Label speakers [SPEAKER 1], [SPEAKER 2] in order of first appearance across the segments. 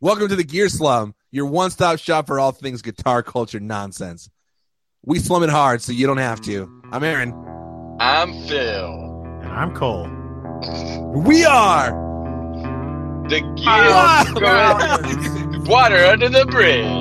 [SPEAKER 1] Welcome to the Gear Slum, your one stop shop for all things guitar culture nonsense. We slum it hard so you don't have to. I'm Aaron.
[SPEAKER 2] I'm Phil.
[SPEAKER 3] And I'm Cole.
[SPEAKER 1] We are.
[SPEAKER 2] The
[SPEAKER 1] Ah,
[SPEAKER 2] gear going water under the bridge.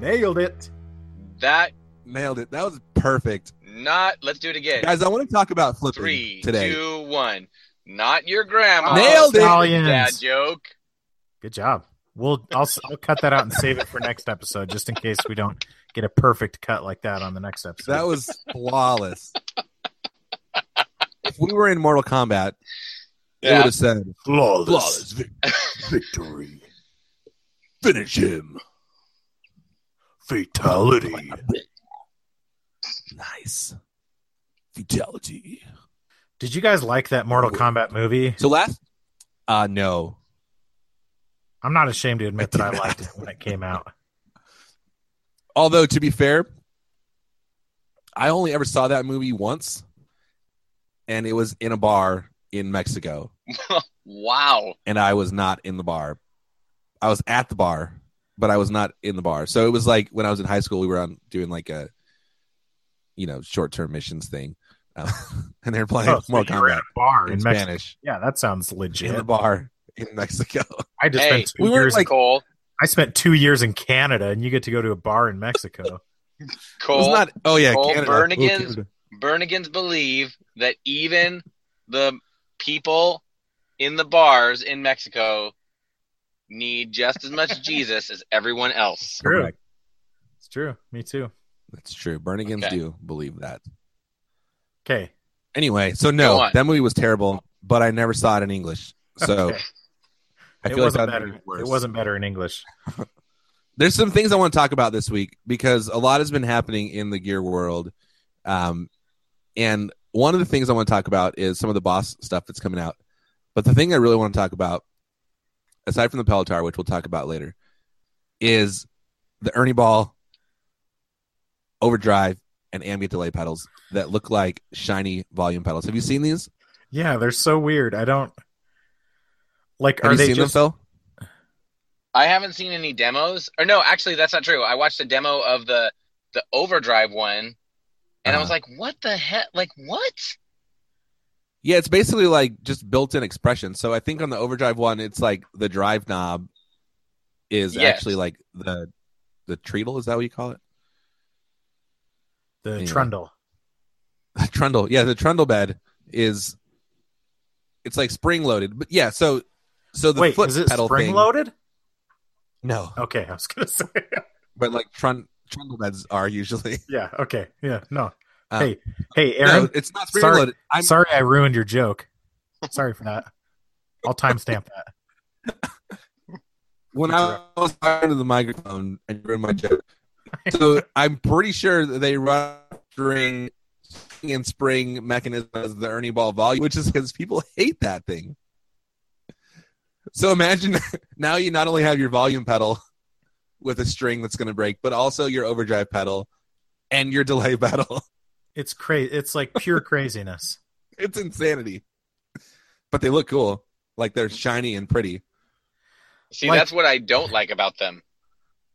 [SPEAKER 3] Nailed it.
[SPEAKER 2] That
[SPEAKER 1] Nailed it. That was perfect.
[SPEAKER 2] not. Let's do it again.
[SPEAKER 1] Guys, I want to talk about flipping
[SPEAKER 2] Three,
[SPEAKER 1] today.
[SPEAKER 2] two, one. Not your grandma.
[SPEAKER 1] Nailed it.
[SPEAKER 3] Italians.
[SPEAKER 2] Dad joke.
[SPEAKER 3] Good job. We'll I'll, s- I'll cut that out and save it for next episode, just in case we don't get a perfect cut like that on the next episode.
[SPEAKER 1] That was flawless. if we were in Mortal Kombat, they would
[SPEAKER 2] Yeah.
[SPEAKER 1] have said,
[SPEAKER 3] flawless.
[SPEAKER 4] victory,
[SPEAKER 1] Finish him.
[SPEAKER 4] fatality.
[SPEAKER 1] Nice. Fatality.
[SPEAKER 3] Did you guys like that Mortal Kombat movie?
[SPEAKER 1] So last. Uh, no.
[SPEAKER 3] I'm not ashamed to admit that I liked it when it came out.
[SPEAKER 1] Although to be fair, I only ever saw that movie once, and it was in a bar in Mexico,
[SPEAKER 2] Wow.
[SPEAKER 1] and I was not in the bar. I was at the bar, but I was not in the bar. So it was like when I was in high school, we were on doing like a, you know, short term missions thing, uh, and they were playing
[SPEAKER 3] Oh, so
[SPEAKER 1] Mortal
[SPEAKER 3] you were at
[SPEAKER 1] Kombat
[SPEAKER 3] a bar
[SPEAKER 1] in,
[SPEAKER 3] in Mexico.
[SPEAKER 1] Spanish
[SPEAKER 3] Yeah, that sounds legit.
[SPEAKER 1] in the bar in Mexico.
[SPEAKER 3] I just
[SPEAKER 2] Hey,
[SPEAKER 3] spent two
[SPEAKER 1] we weren't
[SPEAKER 3] years.
[SPEAKER 1] like-
[SPEAKER 2] Cole.
[SPEAKER 3] I spent two years in Canada, and you get to go to a bar in Mexico.
[SPEAKER 1] It was
[SPEAKER 2] Cole.
[SPEAKER 1] not. Oh yeah,
[SPEAKER 2] Cole
[SPEAKER 1] Canada. Ooh,
[SPEAKER 2] Bernigan's-
[SPEAKER 1] Canada.
[SPEAKER 2] Bernigans believe that even the people in the bars in Mexico need just as much Jesus as everyone else.
[SPEAKER 3] True.
[SPEAKER 1] Correct.
[SPEAKER 3] It's true. Me too.
[SPEAKER 1] That's true. Bernigans
[SPEAKER 2] Okay.
[SPEAKER 1] do believe that.
[SPEAKER 3] Okay.
[SPEAKER 1] Anyway, so
[SPEAKER 2] Go
[SPEAKER 1] no,
[SPEAKER 2] on.
[SPEAKER 1] that movie was terrible, but I never saw it in English. So
[SPEAKER 3] Okay.
[SPEAKER 1] I
[SPEAKER 3] it
[SPEAKER 1] feel like
[SPEAKER 3] wasn't
[SPEAKER 1] that would
[SPEAKER 3] better.
[SPEAKER 1] be worse.
[SPEAKER 3] It wasn't better in English.
[SPEAKER 1] There's some things I want to talk about this week because a lot has been happening in the gear world, um, and one of the things I want to talk about is some of the boss stuff that's coming out. But the thing I really want to talk about, aside from the Pelotar, which we'll talk about later, is the Ernie Ball overdrive and ambient delay pedals that look like shiny volume pedals. Have you seen these?
[SPEAKER 3] Yeah, they're so weird. I don't like.
[SPEAKER 1] Have
[SPEAKER 3] are
[SPEAKER 1] you
[SPEAKER 3] they
[SPEAKER 1] seen
[SPEAKER 3] just?
[SPEAKER 1] them, Phil?
[SPEAKER 2] I haven't seen any demos. Or no, actually that's not true. I watched a demo of the the overdrive one and I was
[SPEAKER 1] Uh-huh.
[SPEAKER 2] like, what the heck? Like what?
[SPEAKER 1] Yeah, it's basically like just built-in expression. So I think on the overdrive one, it's like the drive knob is
[SPEAKER 2] Yes.
[SPEAKER 1] actually like the the treadle. Is that what you call it?
[SPEAKER 3] the
[SPEAKER 1] Anyway.
[SPEAKER 3] trundle.
[SPEAKER 1] The trundle. Yeah, the trundle bed is it's like spring-loaded. But yeah, so so Oh, the
[SPEAKER 3] Wait,
[SPEAKER 1] foot
[SPEAKER 3] is it
[SPEAKER 1] pedal
[SPEAKER 3] spring
[SPEAKER 1] thing.
[SPEAKER 3] loaded?
[SPEAKER 1] No,
[SPEAKER 3] Okay, I was gonna say.
[SPEAKER 1] but like trun trundle beds are usually.
[SPEAKER 3] yeah. Okay. Yeah. No.
[SPEAKER 1] Uh,
[SPEAKER 3] hey. Hey,
[SPEAKER 1] No,
[SPEAKER 3] Aaron.
[SPEAKER 1] it's not
[SPEAKER 3] sorry-
[SPEAKER 1] spring-loaded. I'm
[SPEAKER 3] sorry, I ruined your joke. Sorry for that. I'll timestamp that.
[SPEAKER 1] when I was talking to the microphone and ruined my joke. So I'm pretty sure that they run string and spring mechanism as the Ernie Ball volume, which is because people hate that thing. So imagine now you not only have your volume pedal with a string that's going to break, but also your overdrive pedal and your delay pedal.
[SPEAKER 3] It's crazy. It's like pure craziness.
[SPEAKER 1] It's insanity. But they look cool. Like they're shiny and pretty.
[SPEAKER 2] See,
[SPEAKER 3] Like-
[SPEAKER 2] that's what I don't like about them.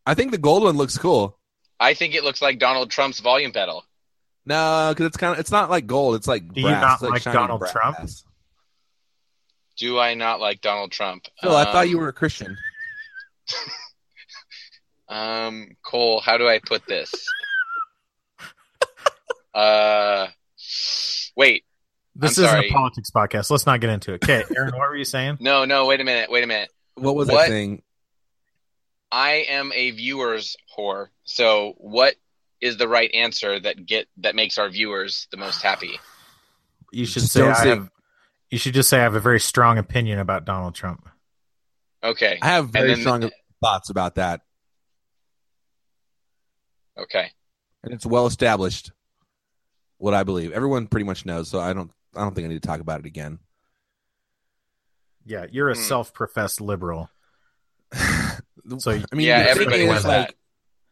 [SPEAKER 1] I think the gold one looks cool.
[SPEAKER 2] I think it looks like Donald Trump's volume pedal.
[SPEAKER 1] No, because it's kind of it's not like gold. It's like
[SPEAKER 3] Do you
[SPEAKER 1] brass.
[SPEAKER 3] not
[SPEAKER 1] It's like,
[SPEAKER 3] like
[SPEAKER 1] shiny
[SPEAKER 3] Donald
[SPEAKER 1] brass.
[SPEAKER 3] Trump?
[SPEAKER 2] Do I not like Donald Trump?
[SPEAKER 1] Phil, Oh, I thought
[SPEAKER 2] Um,
[SPEAKER 1] you were a Christian.
[SPEAKER 2] Um, Cole, how do I put this? uh, wait,
[SPEAKER 3] This
[SPEAKER 2] I'm
[SPEAKER 3] isn't
[SPEAKER 2] sorry.
[SPEAKER 3] a politics podcast. Let's not get into it. Okay, Aaron, what were you saying?
[SPEAKER 2] no, no, wait a minute, wait a minute.
[SPEAKER 1] What was I
[SPEAKER 2] What?
[SPEAKER 1] saying?
[SPEAKER 2] I am a viewer's whore. So, what is the right answer that get that makes our viewers the most happy?
[SPEAKER 3] You should
[SPEAKER 1] Just
[SPEAKER 3] say
[SPEAKER 1] don't
[SPEAKER 3] I
[SPEAKER 1] say-
[SPEAKER 3] have, you should just say I have a very strong opinion about Donald Trump.
[SPEAKER 2] Okay,
[SPEAKER 1] I have very
[SPEAKER 2] then-
[SPEAKER 1] strong thoughts about that,
[SPEAKER 2] okay.
[SPEAKER 1] and it's well established what I believe. Everyone pretty much knows, so I don't. I don't think I need to talk about it again.
[SPEAKER 3] Yeah, you're a
[SPEAKER 2] Hmm.
[SPEAKER 3] self-professed liberal. So you-
[SPEAKER 1] I mean,
[SPEAKER 2] Yeah,
[SPEAKER 1] the thing
[SPEAKER 2] everybody
[SPEAKER 1] is,
[SPEAKER 2] went
[SPEAKER 1] like,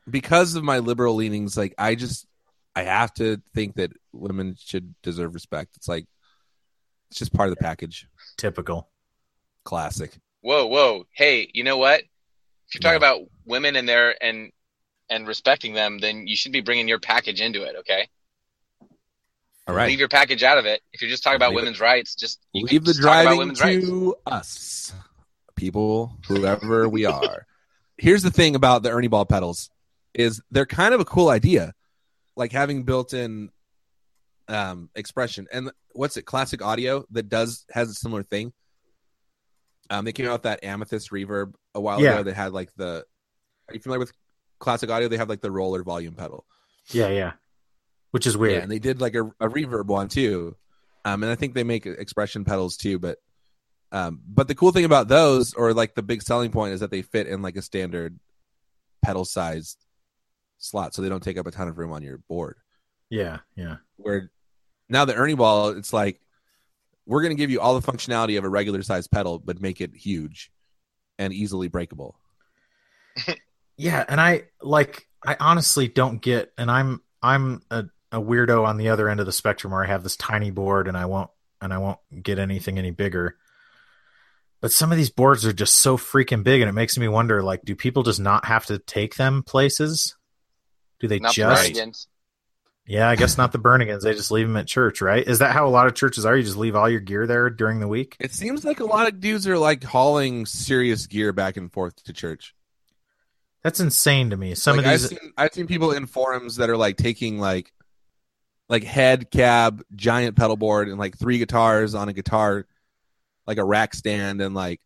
[SPEAKER 1] because of my liberal leanings, like I just I have to think that women should deserve respect. It's like it's just part of the package.
[SPEAKER 3] typical.
[SPEAKER 1] Classic.
[SPEAKER 2] Whoa, whoa. Hey, you know what? If you're talking about women and their and and respecting them, then you should be bringing your package into it, okay?
[SPEAKER 1] All right.
[SPEAKER 2] Leave your package out of it. If you're just talking about
[SPEAKER 1] Leave it.
[SPEAKER 2] women's rights, just you can
[SPEAKER 1] Leave the
[SPEAKER 2] just talk about
[SPEAKER 1] driving
[SPEAKER 2] women's
[SPEAKER 1] to
[SPEAKER 2] rights.
[SPEAKER 1] us, people, whoever we are. Here's the thing about the Ernie Ball pedals is they're kind of a cool idea, like having built-in um, expression. And what's it? Classic Audio that does has a similar thing. Um, they came out with that Amethyst reverb a while
[SPEAKER 3] Yeah.
[SPEAKER 1] ago. They had like the. Are you familiar with Classic Audio? They have like the roller volume pedal.
[SPEAKER 3] Yeah, yeah. Which is
[SPEAKER 1] Yeah,
[SPEAKER 3] weird.
[SPEAKER 1] and they did like a, a reverb one too. Um, and I think they make expression pedals too, but um, but the cool thing about those, or like the big selling point, is that they fit in like a standard pedal sized slot, so they don't take up a ton of room on your board.
[SPEAKER 3] Yeah, yeah.
[SPEAKER 1] Where now the Ernie Ball, it's like we're going to give you all the functionality of a regular sized pedal, but make it huge and easily breakable.
[SPEAKER 3] Yeah, and I like I honestly don't get and I'm I'm a, a weirdo on the other end of the spectrum where I have this tiny board and I won't and I won't get anything any bigger. But some of these boards are just so freaking big and it makes me wonder like do people just not have to take them places? Do they
[SPEAKER 2] Not the
[SPEAKER 3] just
[SPEAKER 2] Bernigans.
[SPEAKER 3] Yeah, I guess not the Burnigans. They just leave them at church, right? Is that how a lot of churches are? You just leave all your gear there during the week?
[SPEAKER 1] It seems like a lot of dudes are like hauling serious gear back and forth to church.
[SPEAKER 3] That's insane to me. Some
[SPEAKER 1] Like,
[SPEAKER 3] of these
[SPEAKER 1] I've seen, I've seen people in forums that are like taking like like head cab giant pedal board and like three guitars on a guitar like a rack stand and like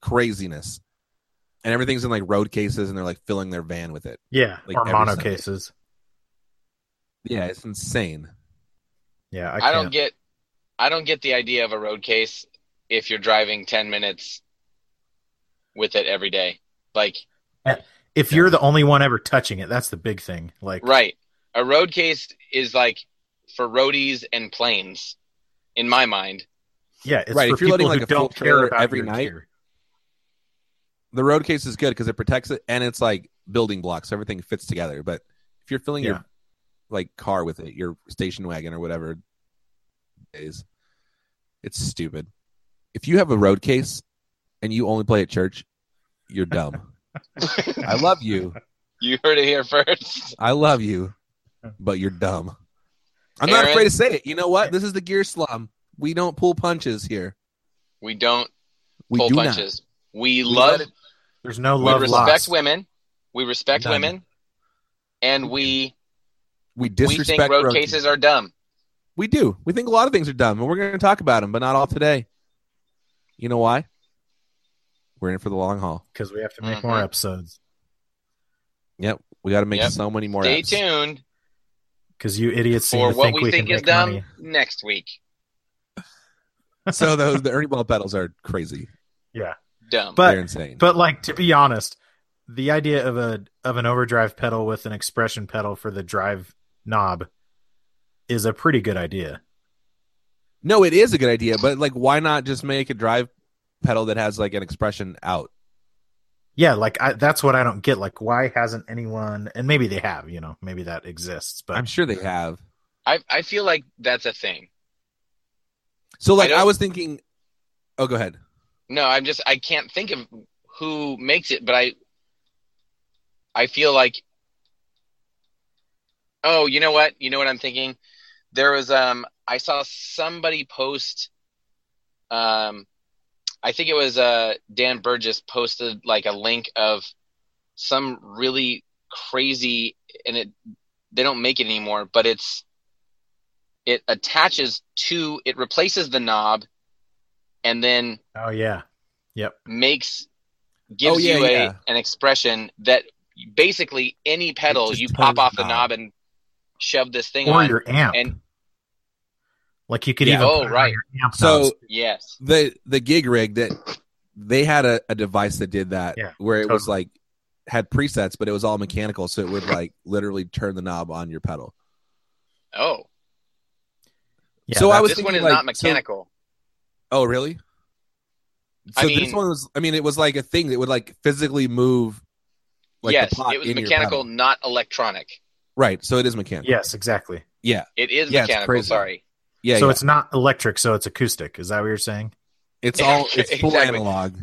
[SPEAKER 1] craziness and everything's in like road cases and they're like filling their van with it
[SPEAKER 3] Yeah,
[SPEAKER 1] like
[SPEAKER 3] or
[SPEAKER 1] every
[SPEAKER 3] mono
[SPEAKER 1] Sunday.
[SPEAKER 3] cases.
[SPEAKER 1] yeah it's insane
[SPEAKER 3] Yeah, I,
[SPEAKER 2] I,
[SPEAKER 3] can't.
[SPEAKER 2] don't get I don't get the idea of a road case if you're driving 10 minutes with it every day. Like,
[SPEAKER 3] if you're the only one ever touching it, that's the big thing. Like,
[SPEAKER 2] right. A road case is like for roadies and planes in my mind.
[SPEAKER 3] Yeah, it's
[SPEAKER 1] Right,
[SPEAKER 3] for
[SPEAKER 1] if you're loading,
[SPEAKER 3] people
[SPEAKER 1] like,
[SPEAKER 3] who
[SPEAKER 1] a full
[SPEAKER 3] don't care
[SPEAKER 1] trailer
[SPEAKER 3] about
[SPEAKER 1] every
[SPEAKER 3] your
[SPEAKER 1] night,
[SPEAKER 3] gear.
[SPEAKER 1] the road case is good because it protects it and it's like building blocks so everything fits together but if you're filling
[SPEAKER 3] Yeah.
[SPEAKER 1] your like car with it your station wagon or whatever it is it's stupid if you have a road case and you only play at church you're dumb i love you
[SPEAKER 2] You heard it here first.
[SPEAKER 1] i love you but you're dumb i'm not
[SPEAKER 2] Aaron?
[SPEAKER 1] afraid to say it you know what this is the gear slum we don't pull punches here
[SPEAKER 2] We don't
[SPEAKER 1] we
[SPEAKER 2] pull
[SPEAKER 1] do not
[SPEAKER 2] punches. We
[SPEAKER 1] let
[SPEAKER 2] love
[SPEAKER 1] it-
[SPEAKER 3] There's no
[SPEAKER 2] we
[SPEAKER 3] love
[SPEAKER 2] respect
[SPEAKER 3] lost.
[SPEAKER 2] women. We respect
[SPEAKER 1] None.
[SPEAKER 2] women. And we
[SPEAKER 1] we
[SPEAKER 2] we
[SPEAKER 1] disrespect
[SPEAKER 2] think road, cases
[SPEAKER 1] cases
[SPEAKER 2] are dumb.
[SPEAKER 1] We do. We think a lot of things are dumb, and we're going to talk about them, but not all today. You know why? We're in it for the long haul.
[SPEAKER 3] because we have to make
[SPEAKER 2] Mhm.
[SPEAKER 3] more episodes.
[SPEAKER 1] Yep. We got to make
[SPEAKER 2] Yep.
[SPEAKER 1] so many more.
[SPEAKER 2] Stay
[SPEAKER 1] apps.
[SPEAKER 2] tuned
[SPEAKER 3] Because you idiots seem
[SPEAKER 2] for
[SPEAKER 3] to
[SPEAKER 2] what
[SPEAKER 3] think
[SPEAKER 2] we,
[SPEAKER 3] we,
[SPEAKER 2] think
[SPEAKER 3] can
[SPEAKER 2] is
[SPEAKER 3] make
[SPEAKER 2] dumb
[SPEAKER 3] money.
[SPEAKER 2] next week.
[SPEAKER 1] so those the Ernie Ball pedals are crazy.
[SPEAKER 2] Dumb.
[SPEAKER 3] But
[SPEAKER 1] They're insane.
[SPEAKER 3] But like to be honest, the idea of a of an overdrive pedal with an expression pedal for the drive knob is a pretty good idea.
[SPEAKER 1] no, it is a good idea, but like, why not just make a drive pedal that has like an expression out?
[SPEAKER 3] Yeah, like I, that's what I don't get. Like, why hasn't anyone? And maybe they have. You know, maybe that exists. But
[SPEAKER 1] I'm sure they have.
[SPEAKER 2] I I feel like that's a thing.
[SPEAKER 1] So like,
[SPEAKER 2] I
[SPEAKER 1] I,
[SPEAKER 2] don't-
[SPEAKER 1] was thinking. Oh, go ahead.
[SPEAKER 2] No, I'm just I can't think of who makes it, but I I feel like Oh, you know what? You know what I'm thinking? There was um I saw somebody post um I think it was uh Dan Burgess posted like a link of some really crazy and it they don't make it anymore, but it's it attaches to it replaces the knob and then
[SPEAKER 3] oh yeah, yep.
[SPEAKER 2] makes gives
[SPEAKER 1] Oh, yeah,
[SPEAKER 2] you a
[SPEAKER 1] yeah.
[SPEAKER 2] an expression that basically any pedal
[SPEAKER 3] just
[SPEAKER 2] you
[SPEAKER 3] turns
[SPEAKER 2] pop off the
[SPEAKER 3] knob.
[SPEAKER 2] knob and shove this thing
[SPEAKER 3] or
[SPEAKER 2] on.
[SPEAKER 3] your amp.
[SPEAKER 2] and-
[SPEAKER 3] like you could
[SPEAKER 1] Yeah.
[SPEAKER 3] even
[SPEAKER 2] Oh,
[SPEAKER 3] put it on
[SPEAKER 2] right.
[SPEAKER 3] your amp
[SPEAKER 1] So-
[SPEAKER 3] knobs.
[SPEAKER 2] Yes.
[SPEAKER 1] the the gig rig that they had a, a device that did that
[SPEAKER 3] Yeah,
[SPEAKER 1] where it was
[SPEAKER 3] totally.
[SPEAKER 1] like had presets but it was all mechanical so it would like literally turn the knob on your pedal
[SPEAKER 2] Oh,
[SPEAKER 3] Yeah,
[SPEAKER 1] so I
[SPEAKER 3] that-
[SPEAKER 1] was
[SPEAKER 2] this
[SPEAKER 1] thinking,
[SPEAKER 2] one is
[SPEAKER 1] like,
[SPEAKER 2] not
[SPEAKER 1] so-
[SPEAKER 2] mechanical.
[SPEAKER 1] oh really So
[SPEAKER 2] I
[SPEAKER 1] this
[SPEAKER 2] mean-
[SPEAKER 1] one was. I mean, it was like a thing that would like physically move. Like
[SPEAKER 2] yes,
[SPEAKER 1] the pot
[SPEAKER 2] it was
[SPEAKER 1] in your
[SPEAKER 2] mechanical,
[SPEAKER 1] paddle.
[SPEAKER 2] not electronic.
[SPEAKER 1] right? So it is mechanical.
[SPEAKER 3] Yes, exactly.
[SPEAKER 1] Yeah.
[SPEAKER 2] It is
[SPEAKER 1] Yeah, it's
[SPEAKER 2] mechanical.
[SPEAKER 1] crazy.
[SPEAKER 2] Sorry.
[SPEAKER 1] Yeah.
[SPEAKER 3] so
[SPEAKER 1] yeah.
[SPEAKER 3] it's not electric, so it's acoustic. Is that what you're saying?
[SPEAKER 1] It's all. It's full
[SPEAKER 2] Exactly.
[SPEAKER 1] analog.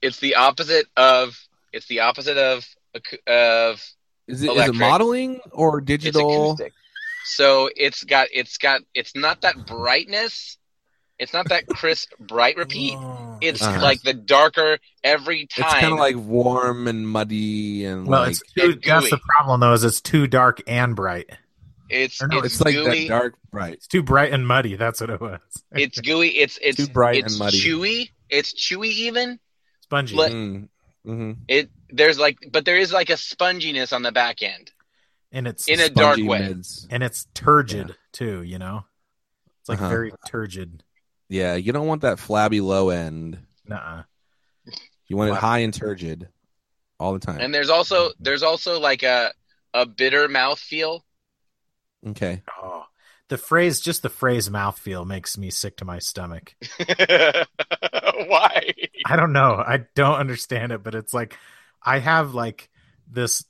[SPEAKER 2] It's the opposite of. It's the opposite of ac- of
[SPEAKER 1] Is it, is it
[SPEAKER 2] Electric.
[SPEAKER 1] modeling or
[SPEAKER 2] it's
[SPEAKER 1] digital?
[SPEAKER 2] acoustic. So it's got it's got it's not that brightness. It's not that crisp bright repeat. It's
[SPEAKER 1] Uh-huh.
[SPEAKER 2] like the darker every time.
[SPEAKER 1] It's kind of like warm and muddy and
[SPEAKER 3] well,
[SPEAKER 1] like
[SPEAKER 3] it's too,
[SPEAKER 2] and
[SPEAKER 3] that's the
[SPEAKER 2] gooey.
[SPEAKER 3] problem though. Is it's too dark and bright.
[SPEAKER 2] it's
[SPEAKER 3] or no,
[SPEAKER 1] it's
[SPEAKER 2] it's,
[SPEAKER 1] like
[SPEAKER 2] gooey.
[SPEAKER 1] that dark bright.
[SPEAKER 3] It's too bright and muddy. That's what it was.
[SPEAKER 2] It's gooey. It's it's
[SPEAKER 1] Too bright
[SPEAKER 2] it's
[SPEAKER 1] and muddy.
[SPEAKER 2] Chewy. It's chewy even.
[SPEAKER 3] spongy.
[SPEAKER 2] Let-
[SPEAKER 1] Mm, mhm.
[SPEAKER 2] It there's like but there is like a sponginess on the back end.
[SPEAKER 3] and it's
[SPEAKER 2] in a dark
[SPEAKER 1] Spongy
[SPEAKER 2] way.
[SPEAKER 1] mids.
[SPEAKER 3] and it's turgid too. You know, it's like
[SPEAKER 1] Uh-huh.
[SPEAKER 3] very turgid.
[SPEAKER 1] Yeah, you don't want that flabby low end.
[SPEAKER 3] Nuh-uh.
[SPEAKER 1] You want it
[SPEAKER 3] Wow.
[SPEAKER 1] high and turgid all the time.
[SPEAKER 2] And there's also there's also like a a bitter mouth feel.
[SPEAKER 1] okay.
[SPEAKER 3] Oh, the phrase, just the phrase "mouthfeel" makes me sick to my stomach.
[SPEAKER 2] Why?
[SPEAKER 3] I don't know. I don't understand it, but it's like I have like this.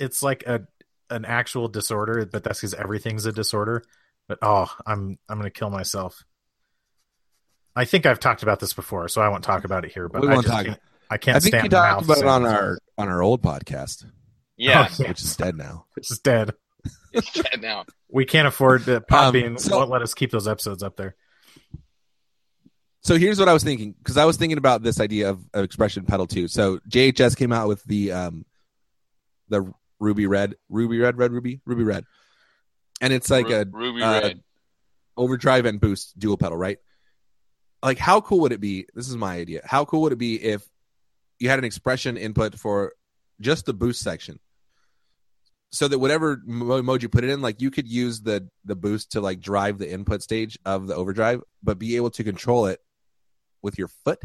[SPEAKER 3] It's like a an actual disorder, but that's because everything's a disorder. But oh, I'm I'm gonna kill myself. I think I've talked about this before, so I won't talk about it here. But
[SPEAKER 1] We
[SPEAKER 3] I
[SPEAKER 1] won't
[SPEAKER 3] just
[SPEAKER 1] talk.
[SPEAKER 3] can't, I can't.
[SPEAKER 1] I think
[SPEAKER 3] stand
[SPEAKER 1] you talked
[SPEAKER 3] mouth
[SPEAKER 1] about it on
[SPEAKER 3] sounds.
[SPEAKER 1] our on our old podcast,
[SPEAKER 2] Yeah,
[SPEAKER 3] Oh, yeah.
[SPEAKER 1] which is dead now.
[SPEAKER 3] It's dead.
[SPEAKER 2] now.
[SPEAKER 3] We can't afford the poppy
[SPEAKER 1] Um,
[SPEAKER 3] and
[SPEAKER 1] so-
[SPEAKER 3] won't let us keep those episodes up there.
[SPEAKER 1] So here's what I was thinking because I was thinking about this idea of, of expression pedal too. So JHS came out with the um the ruby red, ruby red, red ruby, ruby red, and it's like
[SPEAKER 2] Ru-
[SPEAKER 1] a
[SPEAKER 2] ruby
[SPEAKER 1] uh,
[SPEAKER 2] red.
[SPEAKER 1] overdrive and boost dual pedal, right? Like, how cool would it be? This is my idea. How cool would it be if you had an expression input for just the boost section, so that whatever mo- mode you put it in, like you could use the the boost to like drive the input stage of the overdrive, but be able to control it with your foot,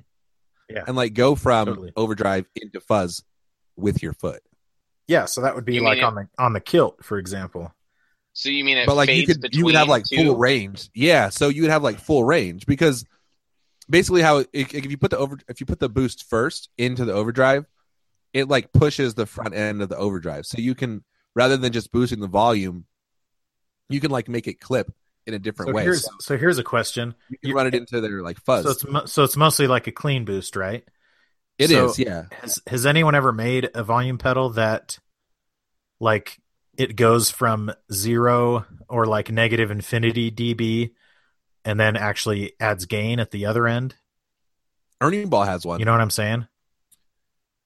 [SPEAKER 3] Yeah.
[SPEAKER 1] and like go from
[SPEAKER 3] Totally.
[SPEAKER 1] overdrive into fuzz with your foot.
[SPEAKER 3] Yeah, so that would be
[SPEAKER 2] You
[SPEAKER 3] like
[SPEAKER 2] mean it-
[SPEAKER 3] on the on the kilt, for example.
[SPEAKER 2] So you mean it
[SPEAKER 1] but like you
[SPEAKER 2] fades
[SPEAKER 1] could
[SPEAKER 2] between
[SPEAKER 1] you would have like
[SPEAKER 2] two?
[SPEAKER 1] full range yeah so you would have like full range because basically how it, if you put the over if you put the boost first into the overdrive it like pushes the front end of the overdrive so you can rather than just boosting the volume you can like make it clip in a different
[SPEAKER 3] So
[SPEAKER 1] way
[SPEAKER 3] here's
[SPEAKER 1] so
[SPEAKER 3] so here's a question.
[SPEAKER 1] you can run it into their like fuzz
[SPEAKER 3] So it's mo- so it's mostly like a clean boost, right?
[SPEAKER 1] It
[SPEAKER 3] so-
[SPEAKER 1] is, yeah
[SPEAKER 3] Has has anyone ever made a volume pedal that like it goes from zero or like negative infinity dB and then actually adds gain at the other end?
[SPEAKER 1] ernie ball has one
[SPEAKER 3] You know what I'm saying?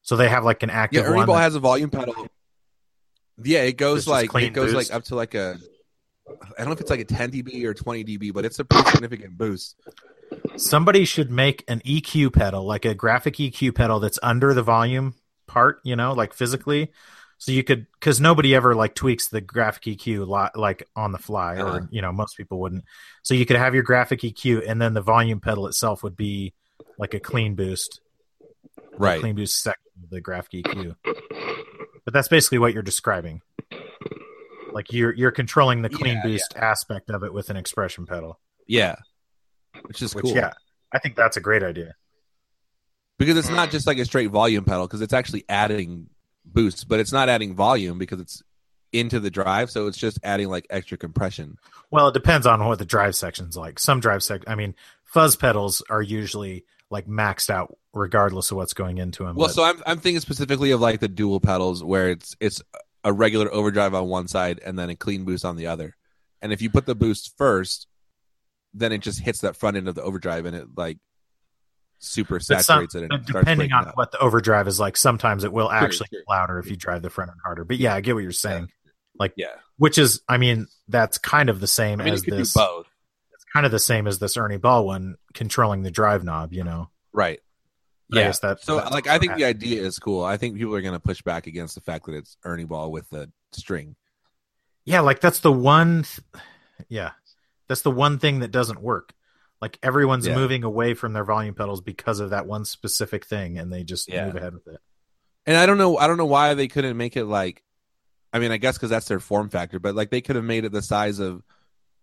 [SPEAKER 3] So they have like an
[SPEAKER 1] yeah
[SPEAKER 3] active
[SPEAKER 1] ernie
[SPEAKER 3] one.
[SPEAKER 1] ball
[SPEAKER 3] that-
[SPEAKER 1] has a volume pedal yeah it
[SPEAKER 3] It's
[SPEAKER 1] goes
[SPEAKER 3] just
[SPEAKER 1] like
[SPEAKER 3] clean
[SPEAKER 1] it goes
[SPEAKER 3] boost.
[SPEAKER 1] like up to like a i don't know if it's like a 10 db or 20 db but it's a pretty significant boost
[SPEAKER 3] Somebody should make an EQ pedal, like a graphic EQ pedal that's under the volume part, you know, like physically. So you could, because nobody ever like tweaks the graphic EQ lot, like on the fly,
[SPEAKER 1] Uh-huh.
[SPEAKER 3] or you know, most people wouldn't. So you could have your graphic EQ, and then the volume pedal itself would be like a clean boost, a
[SPEAKER 1] right
[SPEAKER 3] clean boost section of the graphic EQ. But that's basically what you're describing. Like you're you're controlling the clean
[SPEAKER 1] Yeah,
[SPEAKER 3] boost aspect of it with an expression pedal,
[SPEAKER 1] Yeah. Which is
[SPEAKER 3] which
[SPEAKER 1] cool.
[SPEAKER 3] yeah, I think that's a great idea.
[SPEAKER 1] Because it's not just like a straight volume pedal because it's actually adding boosts, but it's not adding volume because it's into the drive, so it's just adding like extra compression.
[SPEAKER 3] Well, it depends on what the drive section's like. Some drive sec, I mean, fuzz pedals are usually like maxed out regardless of what's going into them.
[SPEAKER 1] Well, so I'm I'm thinking specifically of like the dual pedals where it's it's a regular overdrive on one side and then a clean boost on the other. And if you put the boost first, then it just hits that front end of the overdrive and it like super
[SPEAKER 3] But some-
[SPEAKER 1] saturates it and
[SPEAKER 3] but
[SPEAKER 1] it starts
[SPEAKER 3] depending
[SPEAKER 1] breaking
[SPEAKER 3] on
[SPEAKER 1] up.
[SPEAKER 3] what the overdrive is like, sometimes it will actually
[SPEAKER 1] sure.
[SPEAKER 3] get louder if you drive the front end harder. But yeah, I get what you're saying.
[SPEAKER 1] yeah.
[SPEAKER 3] Which is, I mean, that's kind of the same
[SPEAKER 1] I mean you
[SPEAKER 3] as
[SPEAKER 1] could
[SPEAKER 3] this.
[SPEAKER 1] do both.
[SPEAKER 3] It's kind of the same as this Ernie Ball one controlling the drive knob. You know,
[SPEAKER 1] Right.
[SPEAKER 3] I
[SPEAKER 1] Yeah.
[SPEAKER 3] guess that-
[SPEAKER 1] so
[SPEAKER 3] that's
[SPEAKER 1] like I think
[SPEAKER 3] also
[SPEAKER 1] the idea is cool. I think people are going to push back against the fact that it's Ernie Ball with the string.
[SPEAKER 3] yeah, like that's the one. Th- yeah, that's the one thing that doesn't work. Like everyone's
[SPEAKER 1] Yeah.
[SPEAKER 3] moving away from their volume pedals because of that one specific thing, and they just
[SPEAKER 1] Yeah.
[SPEAKER 3] move ahead with it.
[SPEAKER 1] And I don't know I don't know why they couldn't make it like I mean I guess cuz that's their form factor, but like they could have made it the size of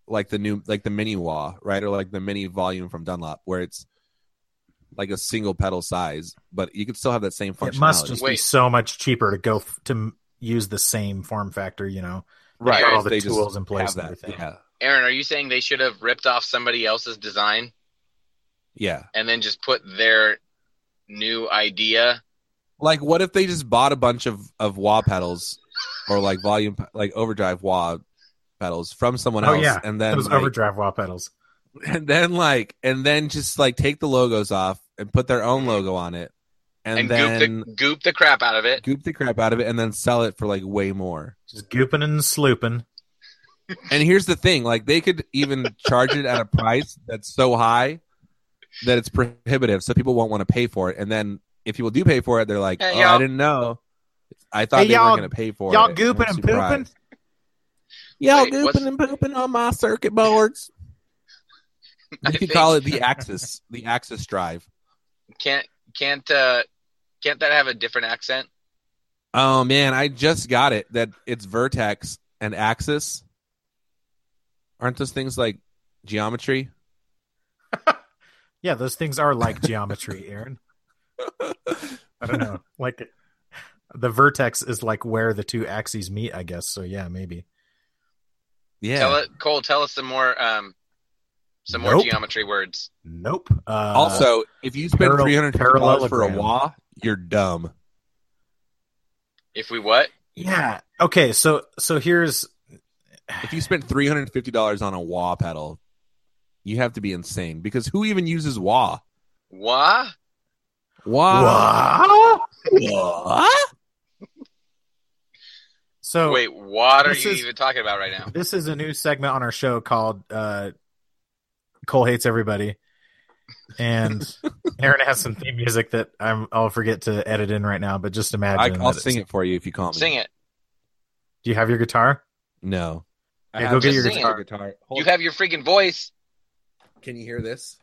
[SPEAKER 1] like the new like the mini wah, right? Or like the mini volume from Dunlop where it's like a single pedal size, but you could still have that same functionality.
[SPEAKER 3] It must just be
[SPEAKER 2] Wait.
[SPEAKER 3] so much cheaper to go f- to m- use the same form factor. You know,
[SPEAKER 1] right.
[SPEAKER 2] got
[SPEAKER 3] all the
[SPEAKER 1] They just
[SPEAKER 3] tools in place
[SPEAKER 1] have
[SPEAKER 3] and
[SPEAKER 1] that.
[SPEAKER 3] everything.
[SPEAKER 1] Yeah.
[SPEAKER 2] Aaron, are you saying they should have ripped off somebody else's design
[SPEAKER 1] Yeah.
[SPEAKER 2] and then just put their new idea?
[SPEAKER 1] Like, what if they just bought a bunch of of wah pedals or like volume pe- like overdrive wah pedals from someone
[SPEAKER 3] Oh,
[SPEAKER 1] else,
[SPEAKER 3] yeah.
[SPEAKER 1] and then
[SPEAKER 3] those
[SPEAKER 1] like,
[SPEAKER 3] overdrive wah pedals.
[SPEAKER 1] and then like and then just like take the logos off and put their own logo on it, and,
[SPEAKER 2] And,
[SPEAKER 1] then
[SPEAKER 2] goop, the, goop the crap out of it.
[SPEAKER 1] goop the crap out of it, and then sell it for like way more.
[SPEAKER 3] Just gooping and slooping.
[SPEAKER 1] And here's the thing: like they could even charge it at a price that's so high that it's prohibitive, so people won't want to pay for it. And then if people do pay for it, they're like,
[SPEAKER 2] Hey,
[SPEAKER 1] "Oh,
[SPEAKER 2] y'all-
[SPEAKER 1] I didn't know. I thought
[SPEAKER 3] Hey,
[SPEAKER 1] they
[SPEAKER 3] y'all-
[SPEAKER 1] weren't going to pay for
[SPEAKER 3] y'all
[SPEAKER 1] it."
[SPEAKER 3] gooping
[SPEAKER 1] I'm
[SPEAKER 3] and pooping?
[SPEAKER 1] surprised. Y'all
[SPEAKER 2] Wait, what's-
[SPEAKER 1] gooping and pooping on my circuit boards.
[SPEAKER 2] I
[SPEAKER 1] You could
[SPEAKER 2] think-
[SPEAKER 1] call it the Axis, the Axis Drive.
[SPEAKER 2] Can't can't uh can't that have a different accent?
[SPEAKER 1] Oh man, I just got it that it's Vertex and Axis. Aren't those things like geometry?
[SPEAKER 3] Yeah, those things are like geometry, Aaron. I don't know. Like the vertex is like where the two axes meet, I guess. So yeah, maybe.
[SPEAKER 1] Yeah.
[SPEAKER 2] Tell it, Cole. Tell us some more um some more
[SPEAKER 3] Nope.
[SPEAKER 2] geometry words.
[SPEAKER 3] Nope. Uh,
[SPEAKER 1] Also, if you spend
[SPEAKER 3] paral-
[SPEAKER 1] three hundred dollars for a
[SPEAKER 3] parallelogram.
[SPEAKER 1] wah, you're dumb.
[SPEAKER 2] If we what?
[SPEAKER 3] yeah. Okay, so so here's
[SPEAKER 1] If you spent three hundred fifty dollars on a wah pedal, you have to be insane because who even uses wah?
[SPEAKER 2] Wah?
[SPEAKER 1] Wah.
[SPEAKER 3] Wha-
[SPEAKER 1] Wah? Oh.
[SPEAKER 3] So
[SPEAKER 2] Wait, what are
[SPEAKER 3] This
[SPEAKER 2] you
[SPEAKER 3] is-
[SPEAKER 2] even talking about right now?
[SPEAKER 3] This is a new segment on our show called uh, "Cole Hates Everybody," and Aaron has some theme music that I'm, I'll forget to edit in right now. But just imagine.
[SPEAKER 1] I, I'll
[SPEAKER 3] that
[SPEAKER 1] sing
[SPEAKER 3] it's-
[SPEAKER 1] it for you if you call me.
[SPEAKER 2] Sing it.
[SPEAKER 3] Do you have your guitar?
[SPEAKER 1] No. I
[SPEAKER 3] Yeah,
[SPEAKER 1] have
[SPEAKER 3] go get
[SPEAKER 1] to
[SPEAKER 2] your
[SPEAKER 1] sing
[SPEAKER 2] guitar.
[SPEAKER 1] it. Hold
[SPEAKER 2] You
[SPEAKER 1] on.
[SPEAKER 2] have your freaking voice.
[SPEAKER 1] Can you hear this?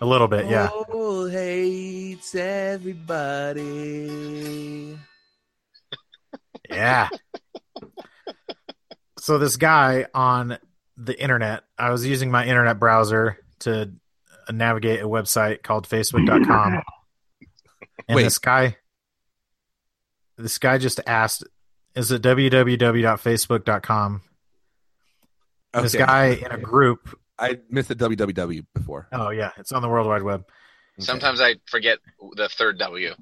[SPEAKER 3] A little bit, yeah.
[SPEAKER 1] Cole hates everybody.
[SPEAKER 3] Yeah. so this guy on the internet, I was using my internet browser to navigate a website called facebook.com. And
[SPEAKER 1] Wait.
[SPEAKER 3] this guy this guy just asked is it www.facebook.com? And This guy in a group.
[SPEAKER 1] I missed the www before.
[SPEAKER 3] Oh yeah, it's on the World Wide Web.
[SPEAKER 1] Okay.
[SPEAKER 2] Sometimes I forget the third W.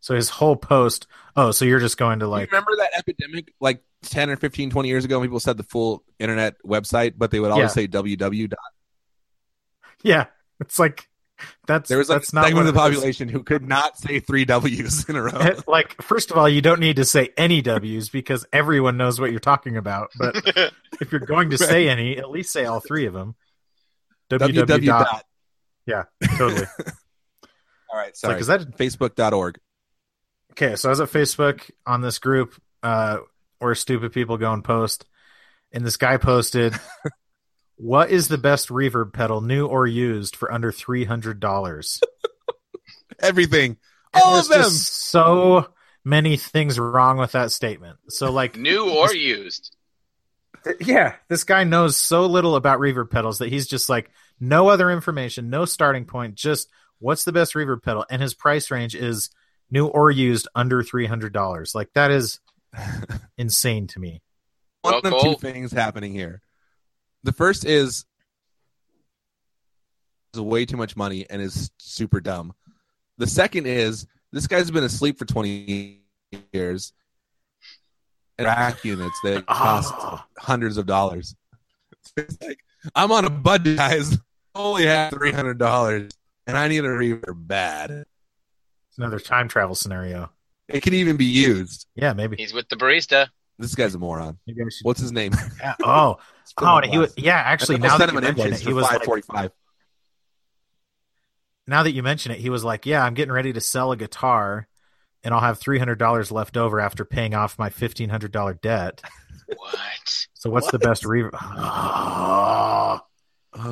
[SPEAKER 3] So his whole post. Oh, so you're just going to like
[SPEAKER 1] you remember that epidemic like 10 or 15 20 years ago when people said the full internet website but they would always
[SPEAKER 3] Yeah.
[SPEAKER 1] say E. www dot-
[SPEAKER 3] yeah, it's like that's
[SPEAKER 1] there was like
[SPEAKER 3] that's
[SPEAKER 1] a
[SPEAKER 3] not
[SPEAKER 1] segment of
[SPEAKER 3] what
[SPEAKER 1] the
[SPEAKER 3] it is.
[SPEAKER 1] population who could not say three w's in a row
[SPEAKER 3] It- like first of all you don't need to say any w's because everyone knows what you're talking about but if you're going to say any at least say all three of them www
[SPEAKER 1] www
[SPEAKER 3] E dot,
[SPEAKER 1] E dot
[SPEAKER 3] totally It's
[SPEAKER 1] all right sorry
[SPEAKER 3] like is that
[SPEAKER 1] facebook.org
[SPEAKER 3] okay so i was at facebook on this group uh where stupid people go and post and this guy posted what is the best reverb pedal new or used for under $300
[SPEAKER 1] everything
[SPEAKER 3] And
[SPEAKER 1] all of
[SPEAKER 3] there's
[SPEAKER 1] them
[SPEAKER 3] just so many things wrong with that statement so like
[SPEAKER 2] New or used?
[SPEAKER 3] Th- yeah this guy knows so little about reverb pedals that he's just like no other information no starting point just what's the best reverb pedal and his price range is new or used under $300 like that is insane to me
[SPEAKER 1] one
[SPEAKER 2] Well,
[SPEAKER 1] of two
[SPEAKER 2] Cole-
[SPEAKER 1] things happening here the first is is way too much money and is super dumb the second is this guy's been asleep for 20 years and rack units
[SPEAKER 2] Ah.
[SPEAKER 1] that cost hundreds of dollars. It's like I'm on a budget, guys. I only have three hundred dollars, and I need a reverb bad.
[SPEAKER 3] it's another time travel scenario
[SPEAKER 1] It can even be used.
[SPEAKER 3] yeah maybe,
[SPEAKER 2] He's with the barista.
[SPEAKER 1] This guy's a moron.
[SPEAKER 3] maybe I should,
[SPEAKER 1] What's his name?
[SPEAKER 3] yeah. oh oh and he was yeah actually now that, you mention it, he was
[SPEAKER 1] five
[SPEAKER 3] like,
[SPEAKER 1] forty-five.
[SPEAKER 3] now that you mention it he was like yeah i'm getting ready to sell a guitar and i'll have $300 left over after paying off my $1500 debt
[SPEAKER 2] What?
[SPEAKER 3] So what's the best reverb?
[SPEAKER 1] Oh